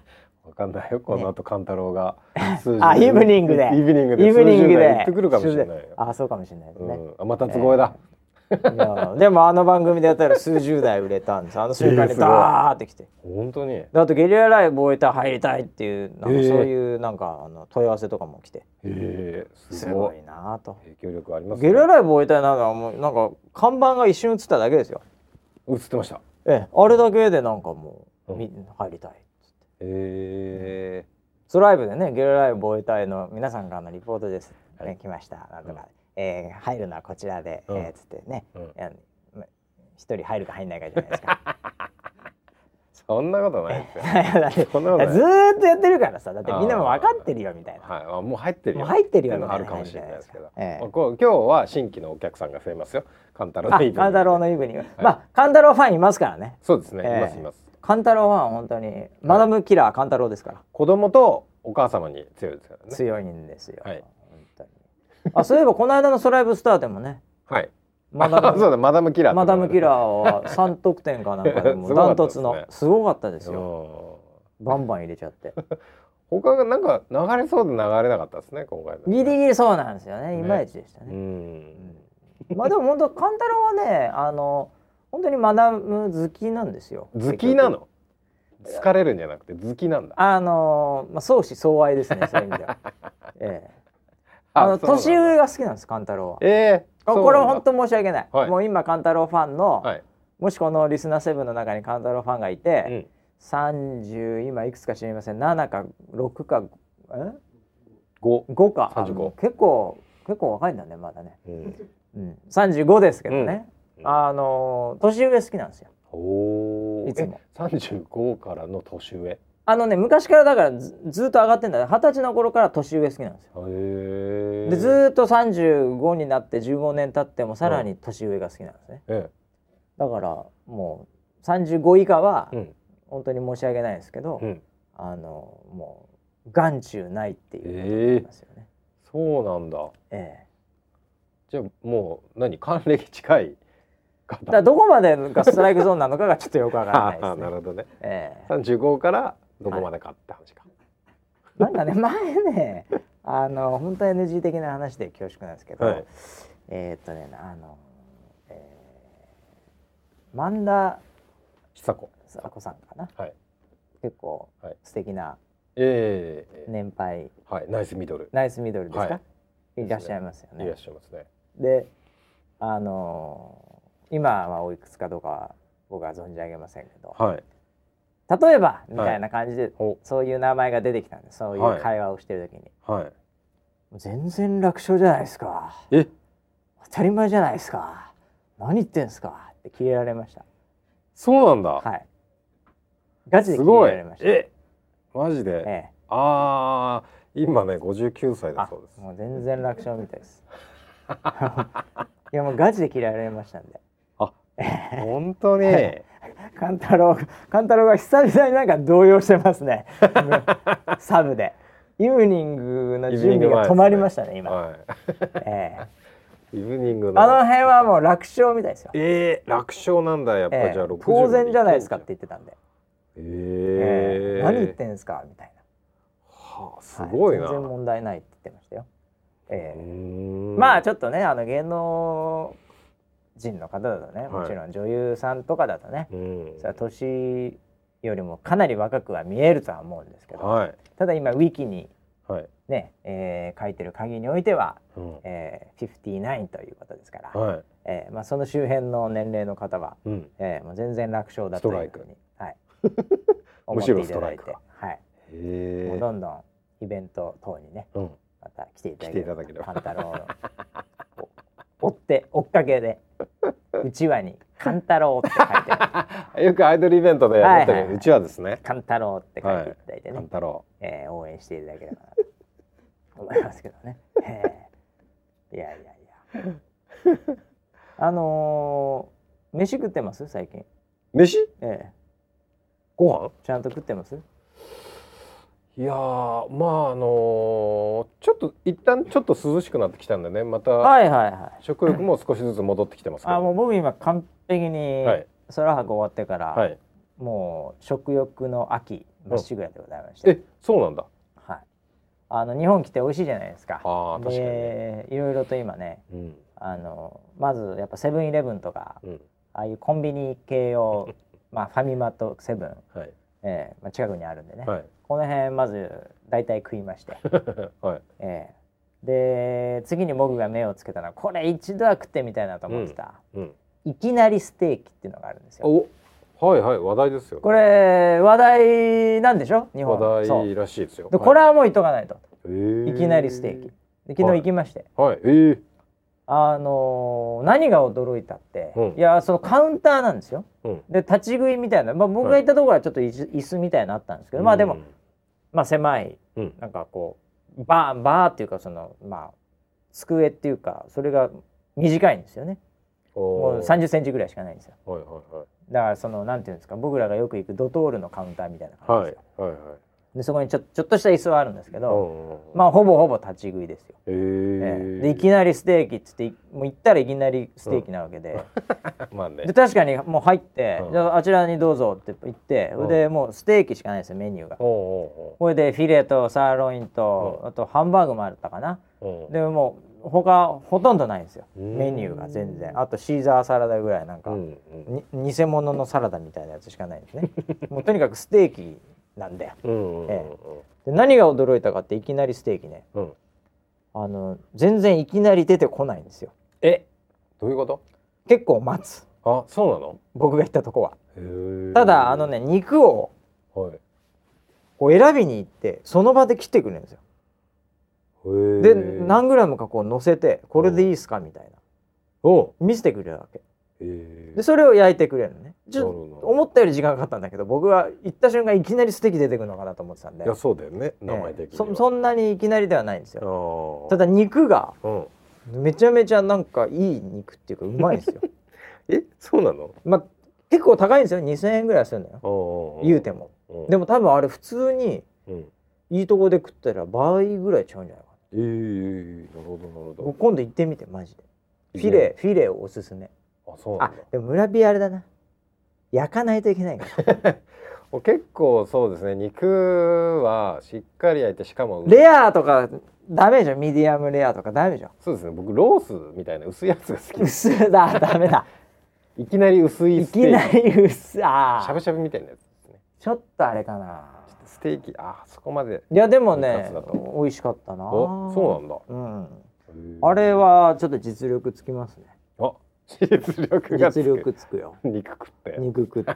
S2: わかんないよこの後勘太郎が数
S1: あイブニングで
S2: イブニングで
S1: イブニング
S2: 数十代
S1: で
S2: 言ってくるかもしれないよ、
S1: あそうかもしれないです
S2: う
S1: ね、
S2: ん、あまた都合だ、
S1: いやでもあの番組でやったら数十台売れたんですあの瞬間
S2: えー
S1: に
S2: すごい
S1: ダーってきて
S2: 本当に
S1: であとゲリラライブ終えたら入りたいっていうなんかそう
S2: えー
S1: いうなんかあの問い合わせとかも来て
S2: えー、
S1: す
S2: すご
S1: ご
S2: い
S1: いなあと
S2: 影響力あります
S1: ゲリラライブ終えたいなのはもうなんか看板が一瞬映っただけですよ
S2: 映ってました
S1: ええあれだけでなんかもう、み入りたいっつって
S2: え
S1: ストライブでね、ゲルライブ防衛隊の皆さんからのリポートです。
S2: はい
S1: ね、来ました。なんと
S2: うん
S1: か、えー入るのはこちらで、
S2: うん
S1: えーつってね、
S2: うん
S1: いやま一人入るか入んないかじゃないですか。
S2: そんなことないですよ
S1: だって
S2: そんなことない
S1: ずーっとやってるからさ、だってみんなも分かってるよみたいな。
S2: はい、あもう入ってるよ
S1: もう入ってるよ
S2: っていうのはあ
S1: み
S2: る
S1: たい
S2: か
S1: な
S2: もしれないですけど、
S1: ええ
S2: まあこう今日は新規のお客さんが増えますよカンタロウの
S1: あ、
S2: イブ
S1: カンタロウのイブに、まあ、カンタロウファンいますからね。
S2: そうですね、
S1: ええ
S2: いますいます
S1: カンタロウファンは本当に、マダムキラーカンタロウですから。
S2: 子供とお母様に強いですからね
S1: 強いんですよ。
S2: はい
S1: 本当に。あ、そういえば、この間のストライブスターでもね。
S2: はい
S1: マダ
S2: そう
S1: ム。
S2: だマダムキラー
S1: マダムキラー
S2: ー
S1: は3得点かなんかでも
S2: すごか
S1: ダ
S2: っ
S1: ン
S2: た
S1: ト
S2: です
S1: ツ
S2: ね
S1: のすごかったで
S2: です
S1: よバンバン入れちゃって
S2: 他がなんか流れそうで流れなかったですね今回の
S1: ギリギリそうなんですよね
S2: ね
S1: いまいちでした
S2: う
S1: ね
S2: ん
S1: まあでも本当カンタロウはねあの本当にマダム好きなんですよ
S2: 好きなの疲れるんじゃなくて好きなんだ
S1: あの、まあ、相思相愛ですねそういう意味で は、ええ、あの
S2: そうなんだ
S1: 年上が好きなんですカンタロウは
S2: ええ
S1: あこれは本当申し訳ない、
S2: はい
S1: もう今カンタロウファンの、
S2: はい、
S1: もしこのリスナーセブンの中にカンタロウファンがいて、
S2: うん、
S1: 30今いくつか知りません7か6かえ
S2: 5
S1: 5かあ
S2: 35
S1: もう結構結構若いんだねまだね、
S2: うん、
S1: うん、35ですけどね、
S2: うんうん
S1: あの年上好きなんですよ
S2: おお
S1: いつも
S2: 35からの年上へ
S1: あのね昔からだからずずっと上がってんだね二十歳の頃から年上好きなんですよ
S2: え
S1: でずーっと35になって15年経ってもさらに年上が好きなんですね、
S2: え
S1: だからもう35以下は
S2: えうん
S1: 本当に申し訳ないですけど、
S2: うん
S1: あのもう眼中ないっていうことになりますよね、
S2: そうなんだ
S1: ええ
S2: じゃあもう何還暦近い方
S1: だからどこまでがストライクゾーンなのかがちょっとよくわからないで
S2: ああ
S1: す
S2: な
S1: ね。
S2: るほどね
S1: ええ
S2: 35からどこまでかって話か、
S1: なんかね前ねあの本当 NG 的な話で恐縮なんですけど、
S2: はい
S1: えーっとねあの、えー、萬田
S2: 久子
S1: 久子さんかな
S2: はい
S1: 結構
S2: はい
S1: 素敵な
S2: ええ
S1: 年配
S2: はいナイスミドル
S1: ナイスミドルですか、、
S2: はい
S1: らっしゃいますよ
S2: いら
S1: ね
S2: っ。しゃいますね
S1: であの今はおいくつかどうかは僕は存じ上げませんけど
S2: はい
S1: 例えばみたいな感じで
S2: お
S1: そういう名前が出てきたんですそういう会話をしてる時に、
S2: はい
S1: 全然楽勝じゃないですか
S2: え
S1: 当たり前じゃないですか何言ってんすかってキレられました
S2: そうなんだ、
S1: はいガチですキレ
S2: ごい
S1: られました
S2: えマジで、
S1: ええ
S2: ああ今ね59歳だ
S1: あ
S2: そうです
S1: もう全然楽勝みたいです いやもうガチでキレられましたんで
S2: 本当に、
S1: カンタロウカンタロウが久々になんか動揺してます ねサブでイブニングの準備が止まりましたね今
S2: は
S1: ええ
S2: い、イブニングの
S1: あの辺はもう楽勝みたいですよ
S2: えー、楽勝なんだやっぱ、
S1: ええ
S2: じゃあ60
S1: 当然じゃないですかって
S2: え
S1: 言ってたんで、
S2: え
S1: ええ何言って
S2: ん
S1: んですかみたい
S2: はあす
S1: な
S2: ごいな、
S1: は全然問題ないって言ってましたよ、え
S2: う
S1: え
S2: ーん
S1: まあちょっとねあの芸能人の方だとね、
S2: い
S1: もちろん女優さんとかだとね、
S2: うん
S1: さあ年よりもかなり若くは見えるとは思うんですけど、
S2: はい
S1: ただ今ウィキに
S2: はい、
S1: ね、えー書いてる限りにおいては、
S2: うんは
S1: えー、59ということですから、
S2: い
S1: えーまあ、その周辺の年齢の方は
S2: うん、
S1: ええもう全然楽勝だというふうに、はい、
S2: むしろ
S1: 思っていただいて
S2: ストライ
S1: はい、もう
S2: え
S1: どんどんイベント等にね
S2: えうん、
S1: また来ていただ
S2: 来
S1: けれ
S2: てい
S1: ば
S2: ただければ
S1: カンタロウを追って追っかけでうちわに「カンタロウ」って書いて
S2: よくアイドルイベントで
S1: はいは
S2: やっ
S1: いはい
S2: てるうちはですね
S1: 「カンタロウ」って書いていただいてね、
S2: 勘太郎
S1: ええ応援していただければ なと思いますけどね。ええいやいやいや。あのー飯食ってます最近、
S2: 飯
S1: え
S2: ご
S1: えちゃんと食ってます
S2: 飯いやーまああのーちょっと一旦ちょっと涼しくなってきたんでねまた
S1: はいはいはい。
S2: 食欲も少しずつ戻ってきてますけど
S1: あもう僕今完璧に
S2: はい
S1: 空白終わってから、
S2: はい
S1: もう食欲の秋まっしぐらでございまして、
S2: えそうなんだ
S1: はい、あの日本来て美味しいじゃないですか。
S2: あー確かにね
S1: でいろいろと今ね
S2: うん
S1: あのまずやっぱセブンイレブンとか
S2: うん
S1: ああいうコンビニ系 をまあファミマとセブン、
S2: はい
S1: えーまあ、近くにあるんでね、
S2: はい
S1: この辺まず大体食いま して、
S2: はい
S1: えーで次に僕が目をつけたのはこれ一度は食ってみたいなと思ってた、
S2: うん
S1: いきなりステーキっていうのがあるんですよ。
S2: おはいはい話題ですよ、ね、
S1: これ話題なんでしょ日本は
S2: 話
S1: そう
S2: 題らしいですよ
S1: でこれはもう言っとかないと、
S2: はい
S1: いきなりステーキで昨日行きまして、
S2: はいえー、
S1: あのー何が驚いたって、
S2: うん
S1: いやそのカウンターなんですよ
S2: うん
S1: で立ち食いみたいな、まあ、僕が行ったところはちょっと椅子,、椅子みたいなのあったんですけどまあでも、まあ、狭い
S2: うん
S1: なんかこうバーバーっていうかそのまあ机っていうかそれが短いんですよねも
S2: も
S1: う3 0ンチぐらいしかないんですよ
S2: はいはい
S1: だからそのなんていうんですか僕らがよく行くドトールのカウンターみたいな感
S2: は
S1: じ
S2: い
S1: で
S2: は
S1: すよ、
S2: いはいはい
S1: でそこにちょちょっとした椅子はあるんですけ
S2: う
S1: ど、
S2: んうんうん
S1: まあほぼほぼ立ち食いですよ
S2: え
S1: え
S2: ー
S1: えでいきなりステーキっつってもう行ったらいきなりステーキなわけで,、
S2: まあね
S1: で確かにもう入って、
S2: うん
S1: じゃああちらにどうぞって言って、
S2: うん
S1: でもうステーキしかないんですよメニューが。
S2: おお
S1: これでフィレとサーロインと、
S2: うん
S1: あとハンバーグもあったかな
S2: おお
S1: でもう他ほとんどないんですよ
S2: うん
S1: メニューが全然あとシーザーサラダぐらいなんか、
S2: うんうん
S1: に偽物のサラダみたいなやつしかないんですね もうとにかくステーキなんだよ
S2: うんうんうん
S1: えで何が驚いたかっていきなりステーキね
S2: うん
S1: あの全然いきなり出てこないんですよ
S2: えどういうこと
S1: 結構待つ
S2: あそうなの
S1: 僕が行ったとこは
S2: へー
S1: ただあのね肉を
S2: はいへ
S1: こう選びに行ってその場で切ってくれるんですよ
S2: ー
S1: で何グラムかこう乗せてこれでいいですかみたいな
S2: お
S1: 見せてくれるわけ
S2: へー
S1: でそれを焼いてくれるのねちょっ
S2: なるほ
S1: と
S2: ど
S1: 思ったより時間かかったんだけど僕は行った瞬間いきなりステーキ出てくるのかなと思ってたんで
S2: いやそうだよね名前
S1: え
S2: 的
S1: え
S2: に
S1: そ
S2: は
S1: そんなにいきなりではないんですよ
S2: あ
S1: ただ肉が
S2: あうん
S1: めちゃめちゃなんかいい肉っていうかうまいんです よ
S2: えそうなの
S1: まあ結構高いんですよ2000円ぐらいするのよ
S2: お
S1: 言うてもで
S2: も
S1: も多分あれ普通に
S2: うん
S1: いいとこで食ったら倍ぐらいちゃうんじゃないか
S2: ええなるほどなるほ
S1: な
S2: ど
S1: 僕今度行ってみてマジで
S2: いい
S1: フ
S2: ね
S1: ィレフィレをおすすめ
S2: あそうな
S1: あ
S2: んだ
S1: でも村ビあれだな焼かないといけないから
S2: 結構そうですね肉はしっかり焼いてしかも
S1: レアとかダメじゃんミディアムレアとかダメじゃん
S2: そうですね僕ロースみたいな 薄いやつが好きです
S1: 薄だダメだ
S2: いきなり薄い
S1: い
S2: ステ
S1: きな
S2: ーキ
S1: り薄あ
S2: しゃ
S1: ー
S2: ぶしゃぶみたいなやつですね
S1: ちょっとあれかな
S2: ステーキあそこまで
S1: いやでも
S2: いいカ
S1: ね
S2: ツだと
S1: 美味しかったな
S2: おそうなんだ
S1: うん
S2: へー
S1: あれはちょっと実力つきますね
S2: あ実力がつ
S1: 実
S2: く
S1: 力つくよ
S2: 肉食って
S1: 肉食って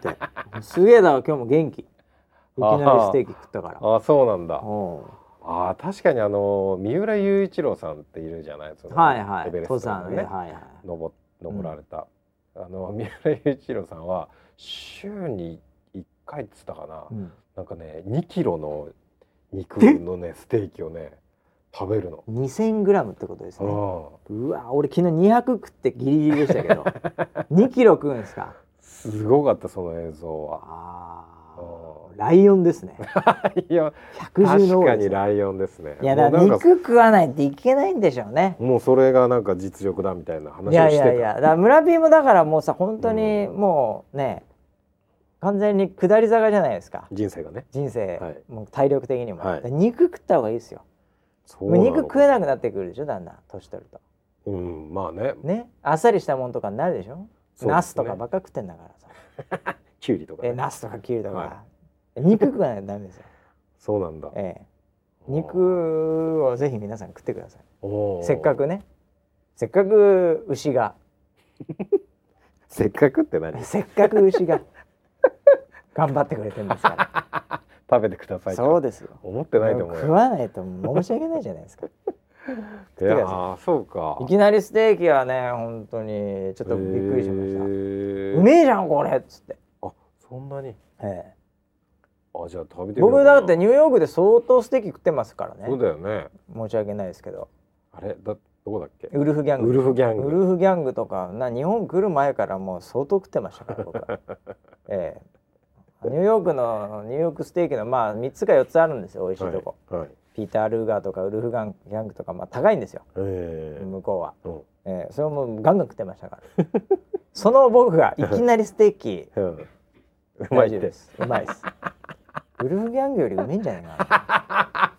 S1: すげえだから今日も元気いきなりステーキ食ったから
S2: あそうなんだ
S1: おう
S2: あ確かにあの三浦雄一郎さんっているじゃないですか
S1: はいはい
S2: エベレスト
S1: 登山のね
S2: ね
S1: はいはい
S2: 登登られた、あの三浦雄一郎さんは週に1回っつったかな、
S1: うん
S2: なんかね2キロの肉のねステーキをね食べるの。
S1: 2000グラムってことですね
S2: うん
S1: うわ俺昨日200食ってギリギリでしたけ ど2キロ食うんですか
S2: すごかったその映像は。
S1: あ
S2: う
S1: ーライオン ですね
S2: いや
S1: 百
S2: 確
S1: 獣の王
S2: か
S1: です
S2: に
S1: ね
S2: ライオンですね。
S1: いやだから
S2: もうなんか
S1: 肉食わないっていけないんでしょうね
S2: もうそれがなんか実力だみたいない話を
S1: やい
S2: して
S1: や
S2: た。
S1: いやだから村ーもだからもうさ本当にもうね、完全に下り坂じゃないですか
S2: 人生がね。
S1: 人生、
S2: はい
S1: もう体力的にも、
S2: はい
S1: だから肉食った方がいいですよ
S2: そ
S1: もう肉食え
S2: い。
S1: なくなってくるでしょだんだん年取ると
S2: うんまあね。
S1: ねあっさりしたもんとかになるでしょ
S2: そうですね
S1: ナスとかばっか食ってんだからさ、
S2: きゅうりとか、
S1: え
S2: ね。
S1: ナスとかキュウリとか、
S2: は
S1: 肉食わないとダメですよ、
S2: そうなんだ。
S1: ええ、肉をぜひ皆さん食ってください
S2: おー
S1: せっか。くねせっかく牛が
S2: せっかくって何？
S1: せっかく牛 が頑張ってくれてるんですか
S2: 食べてくださ
S1: ら
S2: い。
S1: そう
S2: で。
S1: ですよ
S2: 思ってないと思うよ。
S1: 食わないと申し訳ないじゃない ですか
S2: い
S1: てください
S2: やーそうか。
S1: いきなりステーキはね本当にちょっとびっくりしました、
S2: へー
S1: うめえじゃんこれっつって、
S2: あそんなに。
S1: え
S2: あじゃあ食べ
S1: え、
S2: てみよう
S1: 僕
S2: かな
S1: だってニューヨークで相当ステーキ食ってますから
S2: そう
S1: ね
S2: だよね。
S1: 申し訳ないですけど
S2: あれだどこだっけ？
S1: ウルフギャング
S2: ウルフギャング
S1: ウルフギャングとかな日本来る前からもう相当食ってましたから僕 は、ええ、ニューヨークのニューヨークステーキのまあ3つか4つあるんですよ美味しいとこ、
S2: はい。はい、
S1: ピーター・ルーガーとかウルフギャンギャングとかまあ高いんですよ
S2: ええ
S1: 向こうは、
S2: うん
S1: ええ、それもうガンガン食ってましたからその僕がいきなりステーキ
S2: うん。 うま
S1: 大
S2: い
S1: 丈
S2: っ
S1: 夫で
S2: て。
S1: すうまいですウルフギャングよりうめえんじゃないか な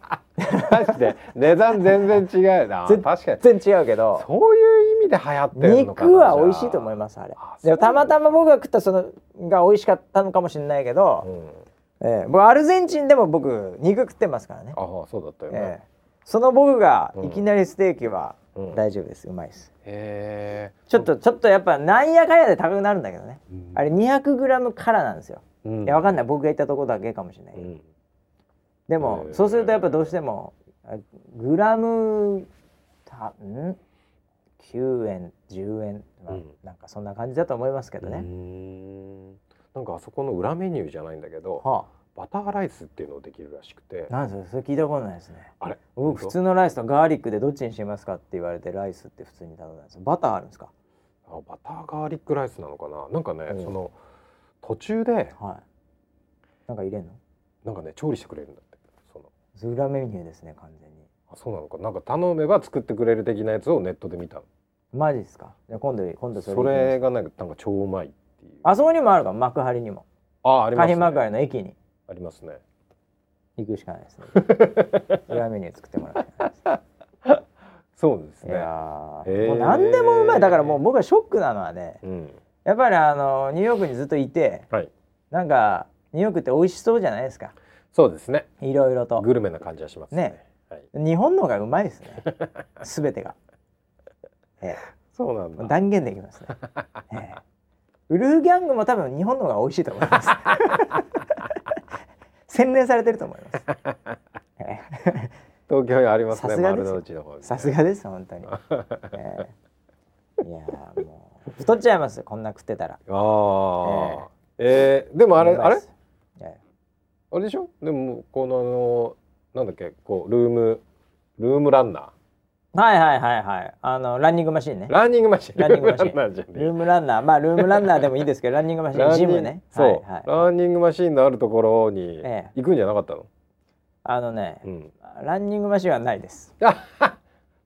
S2: マジで値段全然違うな。
S1: ぜ
S2: 確かに。
S1: 全然違うけど
S2: そういう意味で流行ってるのかな。
S1: 肉は美味しいと思い
S2: ま
S1: ますあれ
S2: あそう
S1: でもたまたま僕が食ったそのが美味しかったのかもしれないけど、
S2: うん。
S1: ええ僕アルゼンチンでも僕肉食ってますからね
S2: あ、あそうだったよね。
S1: ええその僕が
S2: うん
S1: いきなりステーキは
S2: うん
S1: 大丈夫です、うまいです
S2: へえ
S1: ちょっとちょっとやっぱなんやかんやで食べたくなるんだけどねあれ 200g からなんですよいやわかんないい僕が行ったとこだけかもしれないけど、
S2: うん
S1: でも、
S2: えー
S1: そうするとやっぱどうしてもあグラムたん9円10円、まあ
S2: うん
S1: なんかそんな感じだと思いますけど
S2: うー
S1: ね、
S2: んなんかあそこの裏メニューじゃないんだけど
S1: は
S2: バターライスっていうのができるらしくて
S1: あなんですかそれ聞いたことないですね
S2: あれ
S1: 僕普通のライスとガーリックでどっちにしますかって言われてライスって普通に頼んだんですよバターあるんですか
S2: あバターガーリックライスなのかななんかね、
S1: うん
S2: その途中で
S1: はいなんか入れんの
S2: なんかね調理してくれるんだってその
S1: それ裏メニューですね完全に
S2: あそうなのかなんか頼めば作ってくれる的なやつをネットで見たの
S1: マジですかじゃあ今度今度それ
S2: そ
S1: 行きます
S2: れがなんかなんか超うまいっていう
S1: あそこにもあるか幕張にも
S2: あありま
S1: 海
S2: す
S1: 浜幕
S2: ね
S1: 張の駅に
S2: ありますね
S1: 行くしかない ですね裏メニュー作ってもらうしかないです
S2: そうです
S1: い
S2: ね
S1: や
S2: へ
S1: ー
S2: ー
S1: もう何でもうまいだからもう僕はショックなのはね
S2: うん
S1: やっぱりあのニューヨークにずっといて
S2: はい
S1: なんかニューヨークって美味しそうじゃないですか
S2: そうですね
S1: いろいろと
S2: グルメな感じはしますね
S1: ね
S2: はい、
S1: 日本の方がうまいです ね全てが、え
S2: そうなん
S1: え
S2: だ
S1: 断言できます ね、ええウルフギャングも多分日本の方が美味しいと思います 洗練されてると思います、え
S2: 東京にありますね
S1: さすがです
S2: 丸
S1: よ
S2: の内の方に
S1: えさすがです本 当に、ええいやーもう太っちゃいますよこんな食ってたら
S2: ああ、えーでもあれ
S1: うま
S2: あ
S1: い
S2: れ
S1: っすえ
S2: あれでしょでもこのあのなんだっけこうルームルームランナー
S1: えはいはいはいはいあのランニングマシーンね
S2: ランニングマシン
S1: ランニングマシン
S2: ルームランナーじゃねえ
S1: ルームランナーまあルームランナーでもいいですけどランニングマシーンジムね
S2: そう、
S1: はいはい、
S2: ランニングマシーンのあるところに
S1: ええ
S2: 行くんじゃなかったの、
S1: あのね、
S2: うん
S1: ランニングマシーンはないです
S2: あは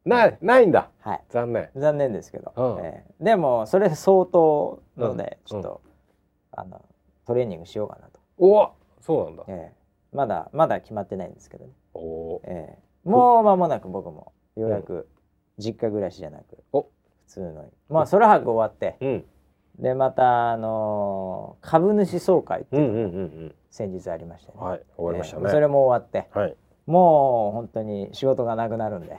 S2: ないないんだ
S1: はい
S2: 残念
S1: 残念ですけど、
S2: うん
S1: ええでもそれ相当ので、
S2: うん
S1: ちょっと、あのトレーニングしようかなと、
S2: おおそうなんだ
S1: ええまだまだ決まってないんですけどね、
S2: おおー
S1: ええもう間もなく僕もようやく実家暮らしじゃなく、
S2: お
S1: 普通のまあ空白終わって、
S2: うん
S1: でまたあのー株主総会って
S2: う
S1: いうん
S2: うんうん
S1: 先日ありましたね、
S2: うんはい終わりましたね、
S1: ええそれも終わって
S2: はい
S1: もう本当に仕事がなくなるん で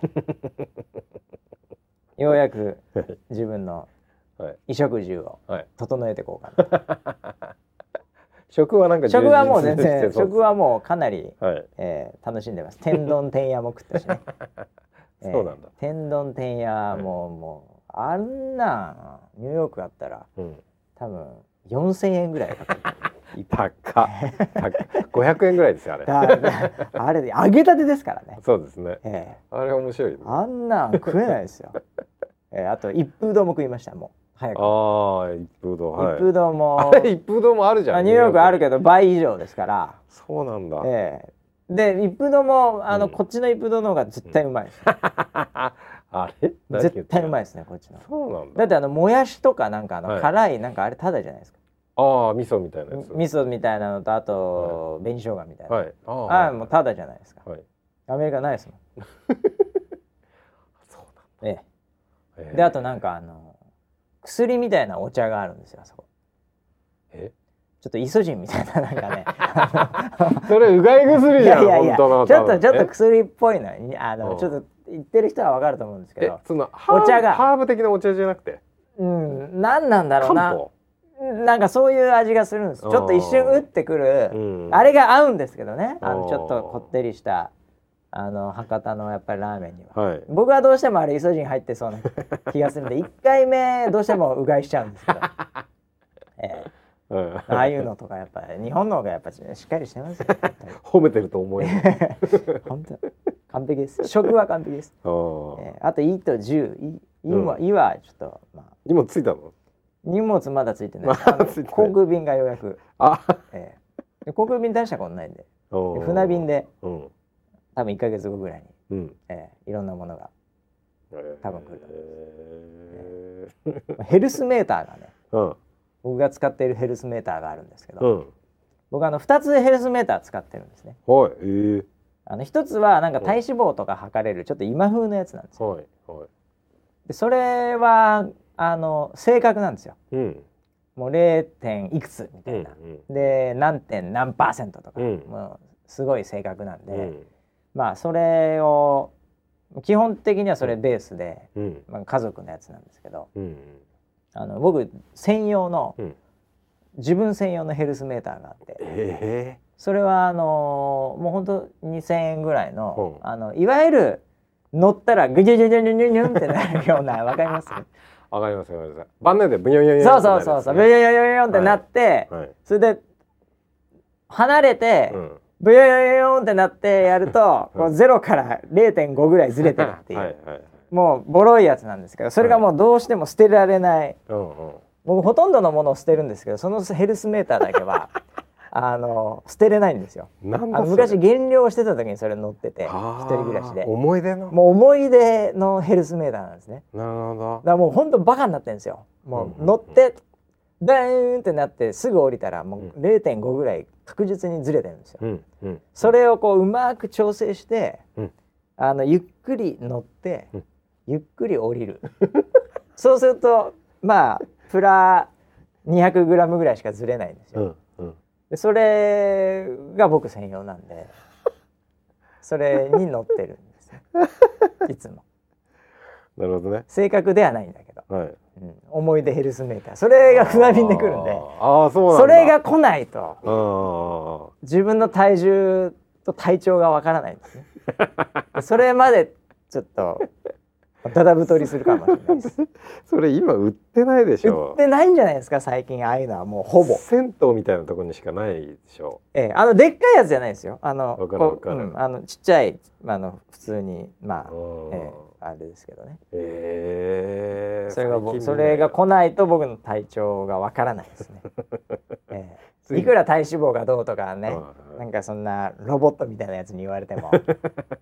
S1: ようやく自分の
S2: は
S1: 衣
S2: い
S1: 食住を
S2: はい
S1: 整えていこうかな
S2: 食はなんか充実
S1: 食はもう全
S2: して
S1: 然
S2: そうです
S1: 食はもうかなり、
S2: はい
S1: えー楽しんでます天丼てんやも食ったしね、えー
S2: そうなんだ
S1: 天丼てんやはもう、もうあんなんニューヨークあったら
S2: うん
S1: 多分4,000円ぐらいかかる
S2: 高っ高っ500円ぐらい ですよあれ
S1: だあれ揚げたてですから ね、
S2: そうですね
S1: えー
S2: あれ面白いねあ
S1: あんなん食えないですよ。えーあと一風堂も食いましたもう早く。
S2: あ一風堂はい
S1: 一風堂も
S2: あれ一風堂もあるじゃ
S1: あ
S2: ん
S1: ニューヨークある
S2: ど
S1: けど倍以上ですから。
S2: そうなんだ、
S1: えーで一風堂もあの、
S2: うん
S1: こっちの一風堂の方が絶対うまいです、
S2: あれ
S1: 絶対うま
S2: い
S1: いですねこっちの。
S2: そうなん
S1: だ
S2: だ
S1: ってあのもやしとかなんかあの、
S2: はい
S1: 辛いなんかあれただじゃないですか。
S2: ああ味噌みたいなやつ
S1: 味噌みたいなのとあと、紅生姜みたいな。
S2: はいああ
S1: ああ
S2: はい
S1: もうただじゃないですか。
S2: はい
S1: アメリカないですも。
S2: そうん
S1: え
S2: なん
S1: え
S2: だえー
S1: であとなんかあの薬みたいなお茶があるんですよあそこ。
S2: え
S1: ちょっとイソジンみたいななんかね。
S2: それうがい薬
S1: い
S2: じ
S1: や
S2: ゃん
S1: いやいや、ち
S2: 本当
S1: ょ
S2: の
S1: っとちょっと
S2: と
S1: 薬っぽいのに、あの、
S2: うん
S1: ちょっと言ってる人はわかると思うんですけ
S2: え
S1: ど。
S2: そのハーブ
S1: お茶が
S2: ハーブ的なお茶じゃなくて
S1: うん、なんなんだろ
S2: 漢
S1: うな。
S2: 方
S1: うんなんかそういう味がするんです。ちょっと一瞬打ってく
S2: う
S1: る、
S2: ん
S1: あれが合うんですけどね。あ
S2: う
S1: の
S2: ん
S1: ちょっとこってりした、あの博多のやっぱりラーメンには。
S2: はい
S1: 僕はどうしてもあれイソジン入ってそうな気がする んで、1回目どうしてもうがいしちゃうんですけど。ええ
S2: うん
S1: ああいうのとかやっぱ日本の方がやっぱしっかりしてますよ。本当に
S2: 褒めてると思え る
S1: 本当完璧です食は完璧です、
S2: あー
S1: えーあと「い」と「十」い「い」は「
S2: う
S1: い」はちょっとまあ
S2: 今ついたの
S1: 荷物まだついてない
S2: まだ
S1: あの
S2: ついてない
S1: 航空便がようやく、
S2: あ
S1: えーで航空便大したことないんでで
S2: うん
S1: 船便で
S2: うん
S1: 多分1か月後ぐらいに、
S2: うん
S1: えーいろんなものが多分来ると
S2: る
S1: まあヘルスメーターがね
S2: うん
S1: 僕が使っているヘルスメーターがあるんですけど、
S2: うん
S1: 僕あの2つヘルスメーター使ってるんですね
S2: はいえー
S1: あの1つはなんか体脂肪とか測れるちょっと今風のやつなんですよ
S2: はいはい
S1: でそれはあの正確なんですよ
S2: うん
S1: もう 0. 点いくつみたいな、
S2: うん
S1: で何点何パーセントとか、
S2: うん
S1: もうすごい正確なんで、
S2: うん
S1: まあそれを基本的にはそれベースで、
S2: うん
S1: まあ、家族のやつなんですけど
S2: うん
S1: あの僕専用の、
S2: うん
S1: 自分専用のヘルスメーターがあって
S2: ええ
S1: それはあのーもうほんと2,000円ぐらいの,、
S2: うん
S1: あのいわゆる乗ったらグニュニュニュニュニュニュンってなるようなわかります
S2: わかりますわかります晩年でブニョニョニョ
S1: そうそうそうそうブヨヨヨヨヨンってなって、
S2: はい
S1: それで離れて、
S2: うん
S1: ブヨヨヨヨンってなってやると、
S2: うん
S1: こう0から0.5ぐらいずれてるっていう、
S2: はいはいはい
S1: もうボロいやつなんですけどそれがもうどうしても捨てられない
S2: うんうん
S1: 僕ほとんどのものを捨てるんですけどそのヘルスメーターだけ はあの捨てれないんですよ。
S2: なんだ
S1: あの昔
S2: それ
S1: 減量してた時にそれ乗ってて
S2: あー
S1: 一人暮らしで
S2: 思い出の
S1: もう思い出のヘルスメーターなんですね
S2: なるほど
S1: だからもうほんとバカになってるんですよも
S2: うん
S1: う乗ってダーンってなってすぐ降りたらも
S2: う
S1: う0.5ぐらい確実にずれてるんですよ
S2: うんうん
S1: それをこううまく調整して、
S2: うん
S1: あのゆっくり乗って、
S2: うん
S1: ゆっくり降りるそうするとまあプラ 200g ぐらいしかずれないんですよ、
S2: うんうん
S1: でそれが僕専用なんでそれに乗ってるんですよいつも
S2: なるほどね
S1: 正確ではないんだけど、
S2: はい
S1: うん思い出ヘルスメーターそれが船便で来るんで
S2: ああそうなんだ
S1: それが来ないと
S2: うんうんうん
S1: 自分の体重と体調がわからないん ですねそれまでちょっとだだ太りするかもしれないです
S2: それ今売ってないでし
S1: 売
S2: ょ
S1: ってないんじゃないですか最近ああいうのはもうほぼ、
S2: 銭湯みたいなところにしかないでしょ
S1: ええ、あのでっかいやつじゃないですよあの
S2: わかる
S1: こう
S2: わかる
S1: うんあのちっちゃいあの普通にまあ
S2: う、ん
S1: ええ、あれですけどね
S2: ええ
S1: それが僕
S2: 最近
S1: そ
S2: 見ない
S1: れが来ないと僕の体調がわからない ですね、ええ、いくら体脂肪がどうとかね、
S2: うん
S1: なんかそんなロボットみたいなやつに言われて も、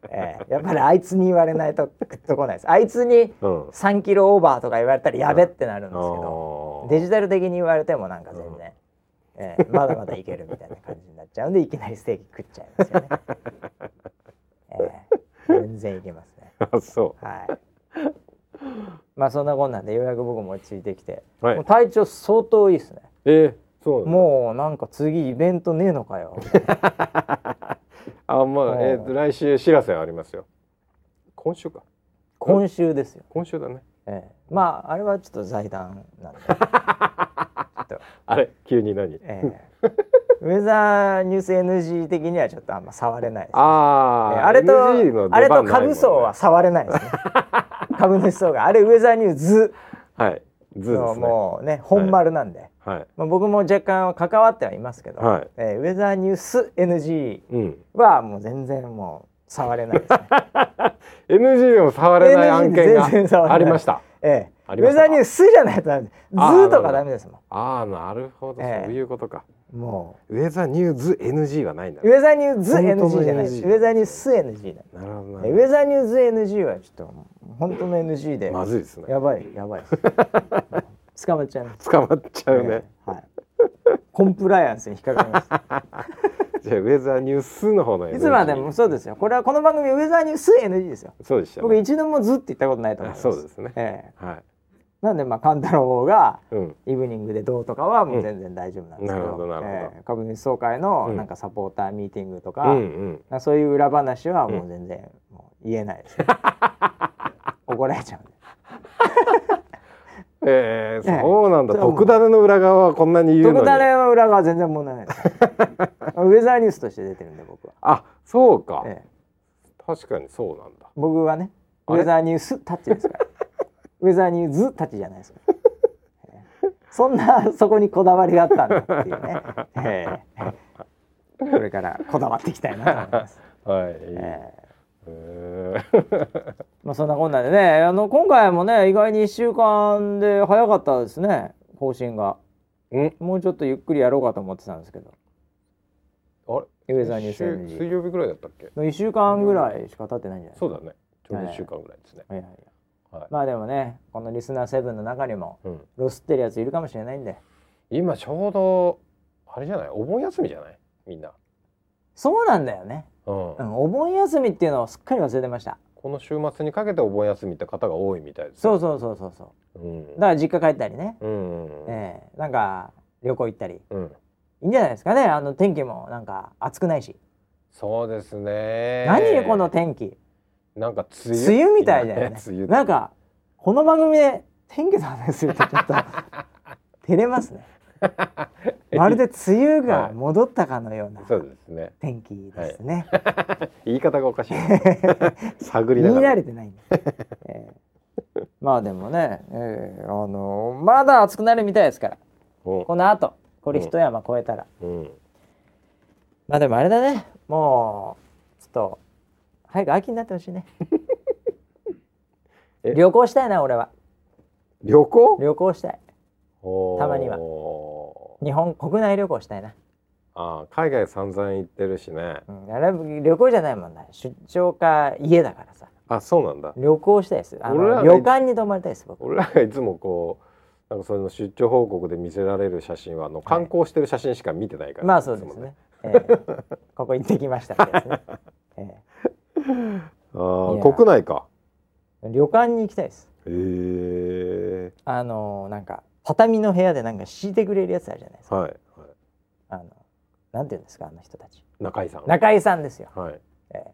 S1: ええやっぱりあいつに言われないとグッとこないですあいつに
S2: うん
S1: 3キロオーバーとか言われたらやべってなるんですけど、
S2: あー
S1: デジタル的に言われてもなんか全然、ええまだまだいけるみたいな感じになっちゃうんでいきなりステーキ食っちゃいますよね、ええ全然いけますね
S2: あそ
S1: はいまあそんなこんなんでようやく僕も落ち着いてきて、
S2: うはい
S1: もう体調相当いいですね
S2: ええそうなんだ
S1: もうなんか次イベントねえのかよ
S2: あま
S1: う
S2: あ
S1: ん
S2: えっと来週知らせありますよ今週か
S1: 今週ですよ
S2: 今週だね
S1: ええ、まああれはちょっと財団なん で、
S2: あれ急に何
S1: ええ、ウェザーニュース NG 的にはちょっとあんま触れないです、
S2: あ
S1: ええ
S2: ー
S1: あれと、
S2: NG の出番
S1: あれ
S2: な
S1: と
S2: いもんね
S1: 株層は触れないです ね株主層があれウェザーニューズ
S2: はいズーで
S1: の
S2: すね
S1: もうね本丸なんで、
S2: はい
S1: まあ、僕も若干関わってはいますけど、
S2: はい
S1: ええウェザーニュース NG
S2: うん
S1: はもう全然もう触れない ですね、
S2: NG でも触れない案
S1: NG
S2: 件
S1: 全然触れ
S2: が
S1: ない
S2: ありました
S1: ええ、ウ
S2: ありま
S1: ェ
S2: した
S1: ザー
S2: か
S1: ニュースじゃないとダメですズ
S2: あー
S1: ーとかダメですも
S2: ああなるほど
S1: ええ
S2: そういうことか
S1: んも
S2: ウェザーニューズ NG はないんだ
S1: うウェザーニューズ
S2: 本当の
S1: NG じゃないです
S2: NG
S1: ウェザーニュース NG なんで
S2: なるほどな
S1: えウェザーニューズ NG はちょっと本当の NG で、
S2: まずいですね
S1: やばいやばいです 捕まっちゃいます、
S2: 捕まっちゃうね
S1: えーはいコンプライアンスに引っかかり ます
S2: じゃあウェザーニュースの方の NG
S1: いつまでもそうですよこれはこの番組ウェザーニュース NG ですよ
S2: そうでした
S1: 僕
S2: ね
S1: 一度もずっと言ったことないと思い
S2: あ
S1: ます
S2: そうですね
S1: え
S2: は
S1: ーなんでまあ勘太郎が
S2: いうん
S1: イブニングでどうとかはもう全然大丈夫なんですけど,、
S2: うんなるほどなるほど
S1: えー株主総会のなんかサポーターミーティングとか、
S2: うんうん
S1: まあそういう裏話はもう全然もう言えない ですね、怒られちゃうんで
S2: え
S1: え
S2: ー、
S1: え
S2: そうなんだ
S1: そう
S2: 特ダネの裏側はこんなに言う
S1: 特
S2: のに
S1: ダネの裏側は全然問題ない です。ウェザーニュースとして出てるんで僕は。
S2: あそうか、
S1: ええ、
S2: 確かにそうなんだ
S1: 僕はね、
S2: あ
S1: ウ
S2: れ
S1: ェザーニュースタッチです から。ウェザーニューズタッチじゃないですから。ええそんなそこにこだわりがあったんだっていう ね。ええこれからこだわっていきたいなと思います。
S2: はい、
S1: え
S2: え
S1: え
S2: ー
S1: まあそんなこんなでね、あの今回もね意外に1週間で早かったですね更新が。
S2: うん
S1: もうちょっとゆっくりやろうかと思ってたんですけど、
S2: あれ
S1: ウェザーニュース
S2: 先
S1: NG
S2: 週水曜日ぐらいだったっけ
S1: の1週間ぐらいしか経ってないんじゃないですか
S2: そうだねちょうど1週間ぐらいですね、
S1: いやいや
S2: はい
S1: まあでもねこのリスナー7の中にも
S2: うん、
S1: ロスってるやついるかもしれないんで
S2: 今ちょうどあれじゃないお盆休みじゃないみんな、
S1: そうなんだよね、
S2: うん
S1: うん、お盆休みっていうのをすっかり忘れてました
S2: この週末にかけてお盆休みって方が多いみたいです
S1: そう
S2: う、
S1: そうそうそうそう
S2: うん、
S1: だから実家帰ったりね、
S2: うんうんうん、
S1: ええなんか旅行行ったりい
S2: うん、
S1: いんじゃないですかねあの天気もなんか暑くないし、
S2: そうですね
S1: 何この天気
S2: なんか梅雨
S1: 梅雨みたいだよね
S2: 今梅雨だ
S1: なんかこの番組で天気の話すると ちょっと照れますねまるで梅雨が戻ったかのような
S2: そうですね
S1: 天気ですね、
S2: 言い方がおか しいな探り
S1: 言
S2: ないが
S1: 慣
S2: ら
S1: れてないんで、えーまあでもね、えーあのーまだ暑くなるみたいですから
S2: うん
S1: この後これ一山越えたら、
S2: うん
S1: まあでもあれだねもうちょっと早く秋になってほしい ね
S2: え
S1: 旅行したいな俺は
S2: 旅行
S1: 旅行したいたまには
S2: は
S1: 日本国内旅行したいな、
S2: あー海外散々行ってるしね
S1: うん、あれ旅行じゃないもんな出張か家だからさ
S2: あそうなんだ
S1: 旅行したいですあ
S2: 俺らが
S1: の旅館に泊まりたいです僕
S2: 俺らがいつもこうなんかその出張報告で見せられる写真はあの観光してる写真しか見てないから、
S1: まあそうで
S2: いつ
S1: す
S2: も
S1: ね、え ーここ行ってきましたみたいなね、え
S2: あ
S1: いや
S2: ー国内か
S1: ー旅館に行きたいです
S2: へえ
S1: あのーなんか畳の部屋でなんか敷いてくれるやつあるじゃないですか
S2: はい、はい、
S1: あのなんていうんですかあの人たち
S2: 中井さん
S1: 中井さんですよ
S2: はい
S1: え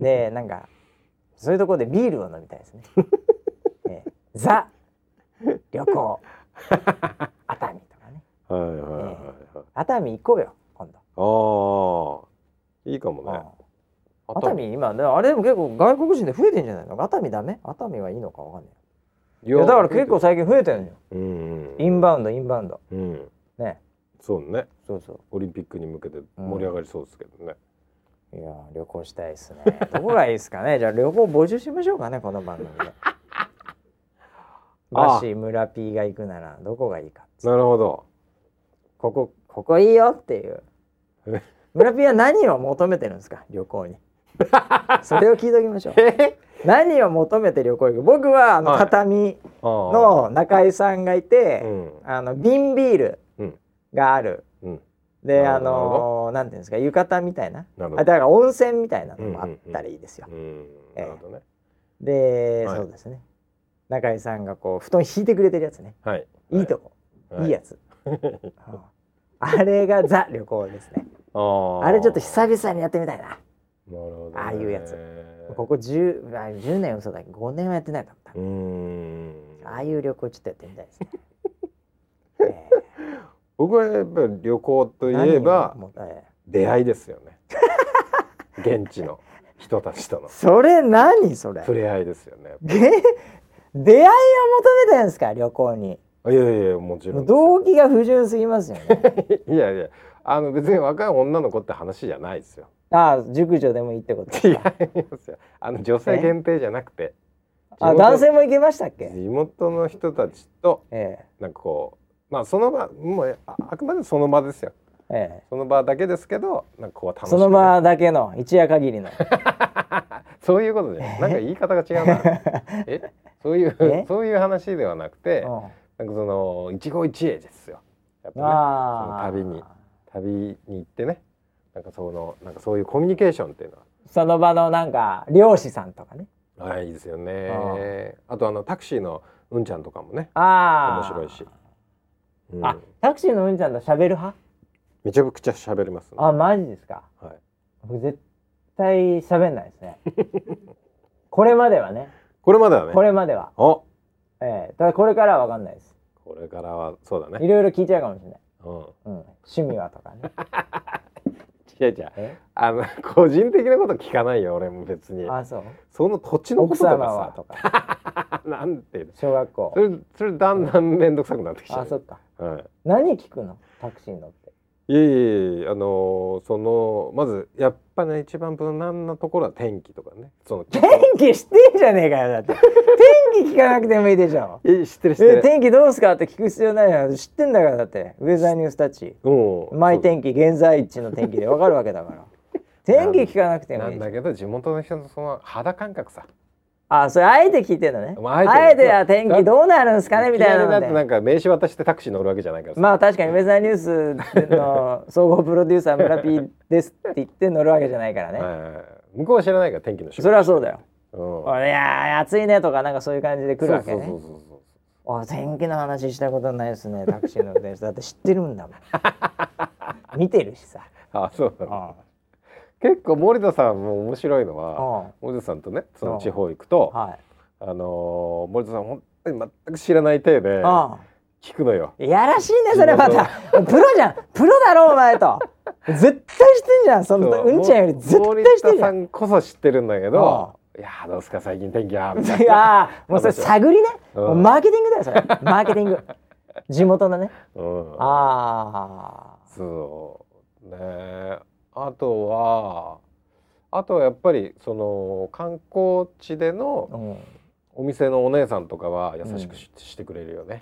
S1: え でなんかそういうところでビールを飲みたいです ね。ええザ旅 行熱海とかね
S2: はいはいはいはい
S1: 熱海行こうよ今度。
S2: ああいいかもね
S1: うん熱海今ねあれでも結構外国人で増えてんじゃないの熱海ダメ熱海はいいのかわかんない
S2: い
S1: いやだから結構最近増えてるのよ
S2: うんうん
S1: インバウンドインバウンド
S2: うん
S1: ね
S2: そうね
S1: そうそ
S2: オリンピックに向けて盛り上がりそうですけどね、
S1: ういやー旅行したいですねどこがいいですかね じゃあ旅行募集しましょうかねこの番組でバシ村 P が行くならどこがいいか
S2: なるほど
S1: ここここいいよっていう
S2: え
S1: 村ピーは何を求めてるんですか旅行 にそれを聞いときましょう
S2: え
S1: 何を求めて旅行行く僕はあの
S2: はい
S1: 畳
S2: の
S1: の中井さんがいうて、
S2: ん
S1: あの瓶ビール
S2: うん
S1: がある、
S2: うん
S1: で
S2: な
S1: あ
S2: るほど
S1: のなんていうんですか浴衣みたいな
S2: なる
S1: あだ
S2: ほど
S1: から温泉みたいなのもあったらいいですよ、
S2: うん
S1: ええ
S2: なるほどね
S1: で、
S2: はい
S1: そうですね中井さんがこう布団引いてくれてるやつね
S2: はい
S1: いいとこ、
S2: はい
S1: いや つ、うんあれがザ旅行ですね
S2: あー
S1: あれちょっと久々にやってみたいな。
S2: なるほどね、
S1: ああいうやつこ
S2: う
S1: こ10、あ10年は嘘だけど、5年はやってないと思った。
S2: ーん
S1: ああいう旅行ちょっとやってみたいです ね。え
S2: 僕はやっぱり旅行と
S1: え
S2: いえば
S1: 何をもえ
S2: 出会いですよ ね現地の人たちと
S1: え
S2: の
S1: それ何それ。
S2: 触れ合いですよね
S1: げ出会いを求めてるんですか旅行に。
S2: いやいやいやもちろ
S1: も
S2: ん
S1: う動機が不純すぎますよね。
S2: いやいやあの別に若い女の子って話じゃないですよ
S1: ああ熟女でもいいって こと
S2: 違
S1: です
S2: い
S1: か。
S2: ますよあの女性限定じゃなくて
S1: あ男性も行けましたっけ。
S2: 地元の人たちと
S1: え
S2: なんかこうまあその場もうああくまでその場ですよ
S1: ええ
S2: その場だけですけどなんかこう楽
S1: え。
S2: し
S1: その場だけの一夜限り の。
S2: そういうことじゃないなんか言い方が違 うなえそうい
S1: え
S2: うそういう話ではなくて
S1: うん
S2: なんかその一期一会ですよやっぱね
S1: ああ。
S2: その旅に旅に行ってねなんかそのなんかそういうコミュニケーションっていうのは
S1: その場のなんか漁師さんとかね。
S2: あいいですよねあとあのタクシーのうんちゃんとかもね
S1: ああ。
S2: 面白いし、うん
S1: あ、タクシーのうんちゃんと喋る派？
S2: めちゃくちゃ喋りますね
S1: あ、マジですか。
S2: はい、
S1: 僕絶対喋んないです ね。これまではね、
S2: これまではね
S1: これまでは、
S2: お
S1: ええただこれからはわかんないです。
S2: これからはそうだ
S1: い
S2: ね
S1: ろいろ聞いちゃうかもしれない。
S2: う
S1: う
S2: ん
S1: ん、趣味はとか ね。
S2: 違う違う
S1: え
S2: あの個人的なこと聞かないよ俺も別に
S1: あ、そう。
S2: その土地のこ
S1: 奥
S2: とと
S1: 様は
S2: か
S1: とか、
S2: さ なんていうの
S1: 小学
S2: そ
S1: 校。
S2: れそれだんだん面倒くさくなってきちゃ、
S1: あ、そうっか。
S2: は
S1: 何聞くの？タクシー乗って。
S2: い、いえいえいえあのーそのまずやっぱね一番無難なところは天気とかねその
S1: 天気知ってんじゃねえかよだって。天気聞かなくてもいいでしょ。
S2: え知ってる知って
S1: え
S2: る
S1: 天気どうすかって聞く必要ないよ知ってんだからだってウェザーニュースたち
S2: うん
S1: 毎天気現在地の天気でわかるわけだ から天気聞かなくて
S2: な
S1: もいい
S2: ん
S1: じゃん
S2: だけど地元の人のその肌感覚さ
S1: あそれあえて聞いてんだね
S2: まあ
S1: あえて
S2: あえて
S1: は天気どうなるんすかねみたいな
S2: き
S1: の
S2: りだってな
S1: で
S2: んか名刺渡してタクシー乗るわけじゃないからさ、
S1: まあ確かにウェザーニュースの総合プロデューサー村 P ですって言って乗るわけじゃないからね、
S2: はい向こうは知らないから天気の仕事
S1: それはそうだよ
S2: うん
S1: いやー暑いねとかなんかそういう感じで来るわけね
S2: そうそうそうそう
S1: あ天気の話したことないですねタクシーの運転 手だって知ってるんだもん見てるしさ
S2: そうあそうだ
S1: ああ
S2: 結構森田さんも面白いの
S1: う
S2: は
S1: ん
S2: 森田さんとねそ
S1: うん
S2: の地方行くと、
S1: はい
S2: あのー森田さん本当に全く知らない体で
S1: うん
S2: 聞くのよ。
S1: いやらしいねそれまたプロじゃんプロだろお前と絶対してんじゃんその
S2: そう
S1: うんちゃんより絶対してん
S2: 森
S1: じ
S2: 田
S1: ゃ
S2: さ
S1: ん
S2: んこそ知ってるんだけど「いやーどうすか最近天気は」みたい
S1: い
S2: な。
S1: やーもうそれ探りね、
S2: うん
S1: マーケティングだよそれマーケティング地元のね
S2: うん、
S1: あ
S2: そうねえあとはあとはやっぱりその観光地で
S1: あ、う
S2: の
S1: ん、
S2: お店のお姉さんとかは優しくし,、てくれる よね。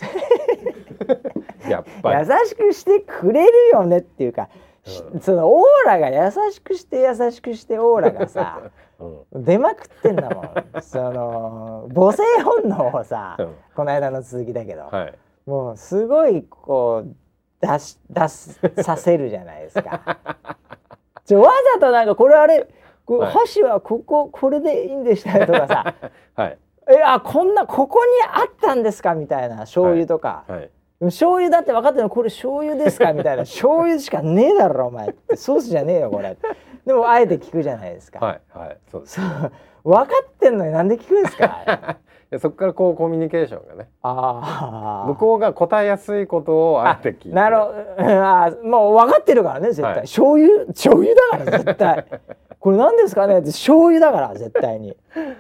S2: やっぱり。
S1: 優しくしてくれるよねっていうか、し
S2: う
S1: そのオーラが優しくして優しくしてオーラが さ
S2: うん
S1: 出まくってんだもんその母性本能をさ
S2: うん
S1: この間の続きだけど、
S2: はい、
S1: もうすごいこう出し出すさせるじゃないですか。ちょわざとなんかこれあれこ
S2: はい
S1: 箸はこここれでいいんでしたよとかさ
S2: はい、
S1: えあこんなここにあったんですかみたいな醤油とか、
S2: はい、
S1: 醤油だって分かってるのこれ醤油ですかみたいな 醤油しかねえだろお前ってソースじゃねえよこれでもあえて聞くじゃないですか、
S2: はい、はい、そうです。
S1: そう分かってんのになんで聞くんですか
S2: でそこからこうコミュニケーションがね、
S1: ああ
S2: 向こうが答えやすいことをあえて聞いて。
S1: なるほどうんあーもう分かってるからね絶対、
S2: はい
S1: 醤油醤油だから絶対これ何ですかねって醤油だから絶対に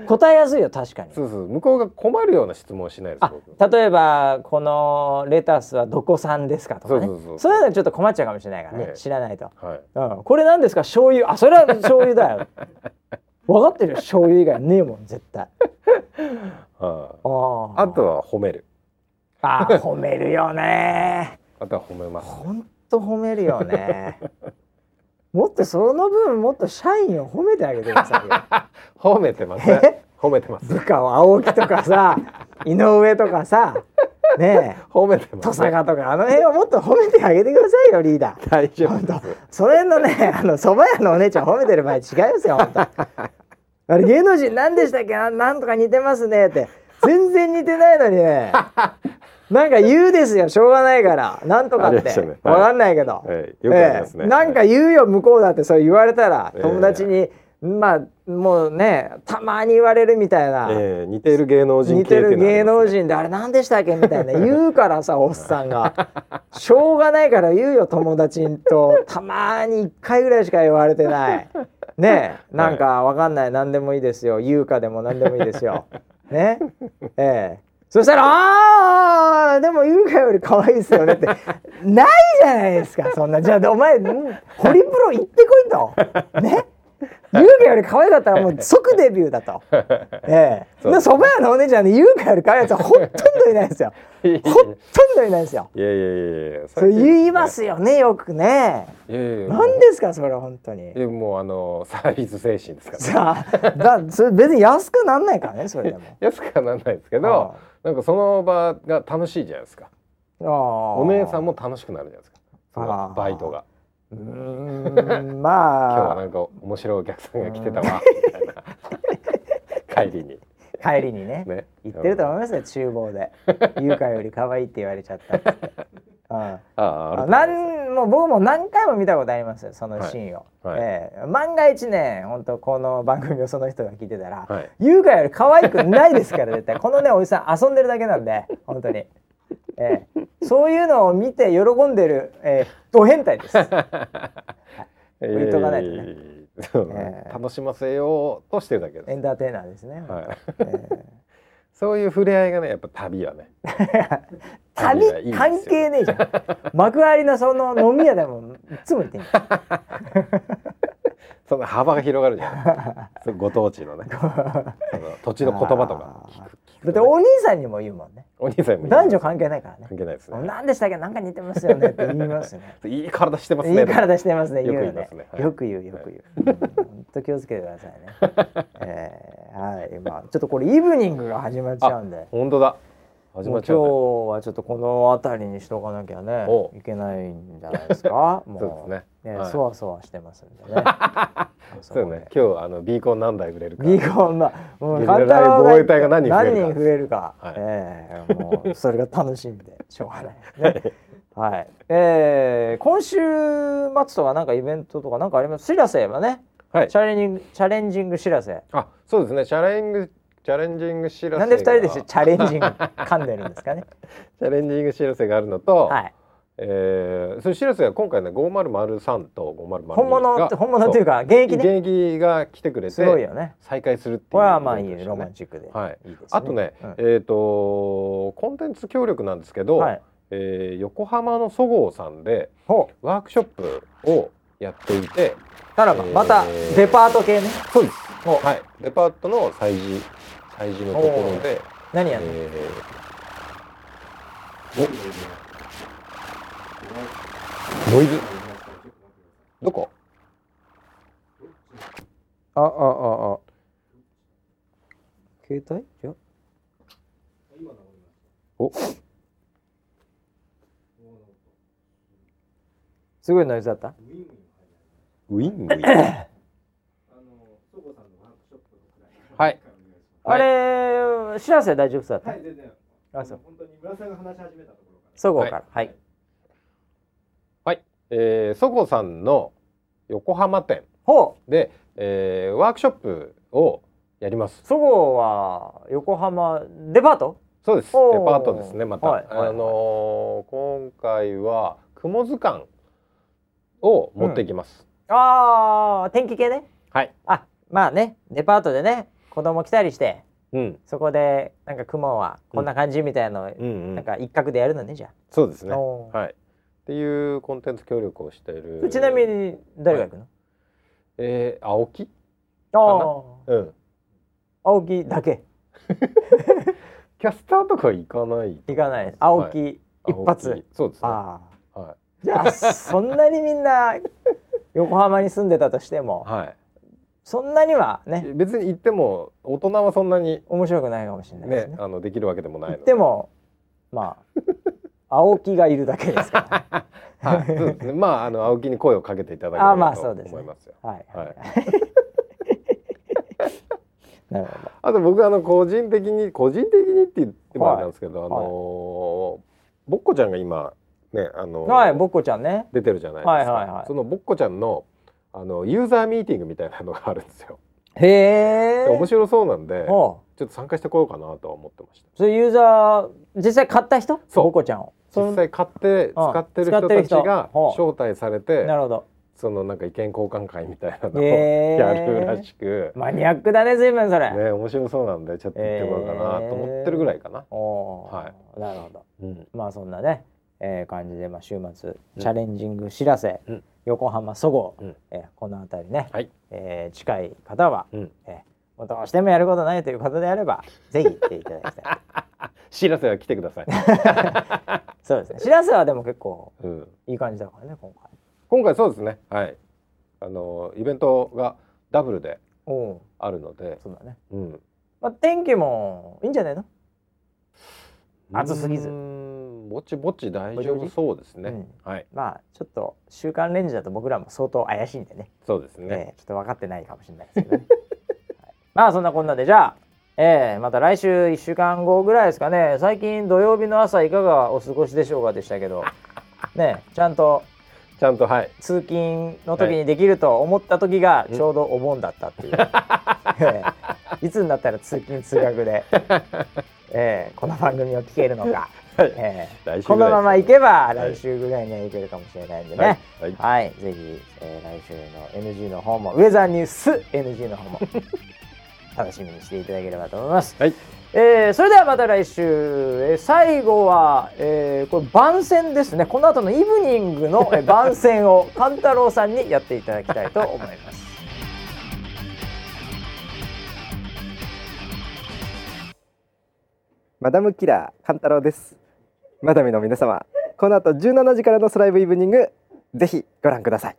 S1: 答えやすいよ確かに
S2: そうそう、向こうが困るような質問をしないです。
S1: あ
S2: 僕
S1: 例えばこのレタスはどこ産ですかとかね
S2: そうそうそう
S1: いうのちょっと困っちゃうかもしれないからね
S2: ね
S1: 知らないと、
S2: はい。
S1: うん、これ何ですか醤油あそれは醤油だ よ分かってるよ醤油以外ねえもん絶対あ
S2: あ
S1: ー
S2: あとは褒める。
S1: あー褒めるよね
S2: あとは褒めます。
S1: ほんと褒めるよね。もっとその分もっと社員を褒めてあげてくださいよ。
S2: 褒めてます
S1: え。
S2: 褒めてます。
S1: 部下を青木とか さ、井上とかさ、ねえ、
S2: 褒めてま
S1: 登
S2: す。
S1: 坂とかあの辺をもっと褒めてあげてくださいよリーダー。
S2: 大丈夫
S1: 本
S2: です
S1: 当。それのね あの蕎麦屋のお姉ちゃん褒めてる場合違いますよ本 当あれ芸能人何でしたっけななんとか似てますねって全然似てないのに ねなんか言うですよしょうがないからなんとか
S2: あ
S1: っ
S2: りま
S1: て、
S2: したねはい
S1: わかんないけど、
S2: はいよくありますね
S1: ええなんか言うよ向こうだってそう言われたら
S2: ええ
S1: 友達に、まあもうねたまに言われるみたいな、
S2: ええ似てる芸能人
S1: 似
S2: 系
S1: て
S2: ってい
S1: る
S2: うのはあり
S1: 芸
S2: ます
S1: 能人であれ何でしたっけみたいな言うからさおっさん がしょうがないから言うよ友達んとたまーに1回ぐらいしか言われてないねえなんかわかんない何でもいいですよ言うかでも何でもいいですよねええそしたら「ああでも言うかより可愛いですよね」ってないじゃないですかそんなじゃあお前んホリプロ行ってこいとね優香より可愛かったらもう即デビューだと。ええ、
S2: そう
S1: でそば屋のお姉ちゃんで優香より可愛いやつはほとんどいないですよ。ほとんどいないですよ。
S2: いやいやいやいや。。
S1: それ言いますすよねよくね。
S2: いやいやいや。
S1: 何ですかそれ本当に
S2: い。やもうあのサービス精神ですか
S1: さ
S2: ら。
S1: あだそれ別に安くなんないからねそれでも。
S2: 安くはなんないですけど、なんかその場が楽しいじゃないですか。
S1: お
S2: お姉さんも楽しくなるじゃないですか。そ
S1: あー
S2: のバイトが。
S1: うーん
S2: 今日は
S1: ま
S2: な
S1: あ
S2: んか面白いお客さんが来てたわみたいな帰りに
S1: 帰りにね
S2: ね
S1: 言ってると思いますよ厨房 で「優香より可愛いって言われちゃったって」うん
S2: あああると思います
S1: なんもう僕も何回も見たことありますよそのシーンを、
S2: はいはい
S1: ええ万が一ね本当この番組をその人が聞いてたら、
S2: はい
S1: 優香より可愛くないですから絶対このねおじさん遊んでるだけなんで本当に、ええそういうのを見て喜んでる、ええ、ド変態 です、言っとかないとね
S2: えーそうね
S1: えー
S2: 楽しませようとしてるだけです
S1: エンターテイナーですね、
S2: はい、
S1: ええ
S2: そういう触れ合いがねやっぱ旅はね
S1: 旅
S2: 旅はいいですよ
S1: 関係ねえじゃん幕張のその飲み屋でもいつも言ってん じゃん
S2: その幅が広がるじゃない そうご当地のねその土地の言葉とか聞
S1: だ
S2: く聞くとね
S1: ってお兄さんにも言うもんね
S2: お兄さんも言います
S1: 男女関係ないからね
S2: 関係ないですね
S1: 何でしたっけなんか似てますよねって言いますよね
S2: いい体してます
S1: い
S2: ね
S1: い体してますね
S2: よ
S1: 言
S2: く
S1: うよ
S2: 言いま
S1: ね
S2: すね
S1: よく言うよく言う本当気をつけてくださいね えーはいまあちょっとこれイブニングが始まっちゃうんで
S2: 本当だ始
S1: も
S2: ま
S1: う今
S2: っ
S1: 日
S2: ちゃうね
S1: はちょっとこの辺りにしとかなきゃね
S2: おう
S1: いけないんじゃないですかも
S2: そうですねはい
S1: そわそわしてますんでね
S2: そうよね今日あのビーコン何台売れるか
S1: ビーコンまあもう
S2: ゲリ
S1: 簡
S2: ラ
S1: 単
S2: ライブ防衛隊が何人増えるか
S1: 何人増えるか、
S2: はい
S1: ええもうそれが楽しみでしょうがない ですね。はい、ええ今週末とかなんかイベントとかなんかあります。しらせはね、
S2: はい
S1: チャレンジングチャレンジング知らせ
S2: あそうですねチャレンジチャレンジング知らせが
S1: なんで二人でしチャレンジング噛んでるんですかね
S2: チャレンジング知らせ があるのと、
S1: はい
S2: えー、その知らせが今回ね5003と5002が
S1: 本物本物という
S2: か
S1: か現役
S2: 現
S1: ね
S2: 役が来てくれ
S1: すごい
S2: て
S1: よね
S2: 再会するっていう
S1: これはまあい
S2: イベントで
S1: い
S2: した
S1: ロ
S2: ね
S1: マンチックで、
S2: はい
S1: いいですね
S2: あとね、
S1: うん
S2: えっ、とコンテンツ協力なんですけど、
S1: はい
S2: えー横浜のそごうさんで
S1: ほう
S2: ワークショップをやっていて
S1: ならば
S2: えー
S1: またデパート系ね
S2: そうです
S1: もう
S2: はいデパートの催事催事のところで、
S1: 何やるの、
S2: えー、おノイズどこああああ
S1: 携帯いや
S2: お
S1: すごいノイズだった
S2: ウィンウィンはい
S1: あれ知らせ大丈夫そうだっ
S3: は
S1: た、
S3: い、全然。
S1: あそう
S3: 本当に村さんが話し始めたところから。
S1: そごうからはい、
S2: えーそごさんの横浜店
S1: ほ
S2: で、えーワークショップをやります
S1: うそごうは横浜デパート
S2: そうですデパ
S1: おー
S2: ートですねまた、
S1: はいはいはい
S2: あのー今回は雲図鑑を持ってきます、
S1: ああ天気系ね
S2: はい
S1: あまあねデパートでね子供来たりして
S2: うん
S1: そこでなんか雲はこんな感じみたいなの、
S2: うんうん
S1: なんか一角でやるのねじゃ
S2: そうです
S1: あ、
S2: ね
S1: おー
S2: はいっていうコンテンツ協力をしている
S1: ちなみに誰が行くの、
S2: えー、青木
S1: ああ
S2: うん
S1: 青木だけ
S2: キャスターとか行かない
S1: 行かない青木、一発
S2: 青木そうですね
S1: ああ
S2: は
S1: じゃあそんなにみんな横浜に住んでたとしても
S2: い、 はい
S1: そんなにはね
S2: 別に行っても大人はそんなに
S1: 面白くないかもしれないです
S2: ね
S1: ね。
S2: あのできるわけでもないの
S1: 行ってもま あ青木がいるだけですから、ね。
S2: はい、そうですね。まああの青木に声をかけていただけれ
S1: あーま
S2: ば
S1: あ
S2: と
S1: そうですね
S2: 思いますよ。
S1: はい、
S2: はい。
S1: なるほど。
S2: あと僕あの個人的に個人的にって言ってもあれなんですけど、あのー
S1: はい
S2: ぼっこちゃんが今ねあのー
S1: はい、ぼっこちゃんね。
S2: 出てるじゃないですか。
S1: はいはいはい
S2: そのぼっこちゃんのあのユーザーミーティングみたいなのがあるんですよ。
S1: へえ。
S2: 面白そうなんで、ちょ
S1: おう
S2: っと参加してこようかなとは思ってました。
S1: それユーザー実際買った人？
S2: そう
S1: ぼっこちゃんを。そ
S2: 実
S1: の
S2: 際買って
S1: あ
S2: 使ってる
S1: 使
S2: 人
S1: ってる
S2: たち
S1: 人
S2: が
S1: ほう
S2: 招待されて
S1: なるほど。
S2: そのなんか意見交換会みたいなのを
S1: へー
S2: やるらしく、
S1: マニアックだね、随分それ。
S2: ね面白そうなんでちょっと行ってこようかなと思ってるぐらいかな。
S1: おお、
S2: は
S1: なるほど。
S2: うん
S1: まあそんなね、えー感じで、まあ、週末チャレンジング知らせ、
S2: うん
S1: 横浜そごう、
S2: うん
S1: えーこの辺りね、
S2: はい
S1: えー近い方は、
S2: うん
S1: えーもうどうしてもやることないということであればぜひ行っていただき たい
S2: 知らせは来てく ださい。
S1: そうですね知らせはでも結構
S2: うん、
S1: いい感じだからね今回
S2: 今回そうですね。はい。あのイベントがダブルで
S1: おお
S2: あるので
S1: ー、そうだね、
S2: うん。
S1: まあ、天気もいいんじゃないの暑すぎず
S2: うーんぼちぼち大
S1: ぼち
S2: 丈
S1: ぼ
S2: 夫
S1: ち
S2: そうですね。
S1: うん
S2: はい。
S1: まあちょっと「週刊レンジ」だと僕らも相当怪しいんでね
S2: そうです
S1: えー
S2: ね。
S1: ちょっと分かってないかもしれないですけどね、はいまあそんなこんなでじゃあ、えーまた来週1週間後ぐらいですかね最近土曜日の朝いかがお過ごしでしょうかでしたけどねちゃんと
S2: ちゃんとはい。
S1: 通勤の時にできると思った時がちょうどお盆だったっていう、えーいつになったら通勤通学で、えーこの番組を聞けるのか、
S2: はい
S1: えー
S2: 来週
S1: このままいけば
S2: はい
S1: 来週ぐらいにはいけるかもしれないんでね、
S2: はい。はい。
S1: はい、ぜひ、えー来週の NG の方もウェザーニュース NG の方 も楽しみにしていただければと思います。
S2: はい
S1: えーそれではまた来週、えー最後は、えーこれ番宣ですねこの後のイブニングの、えー番宣を勘太郎さんにやっていただきたいと思います。
S4: マダムキラー勘太郎ですマダムの皆様この後17時からのスライブイブニングぜひご覧ください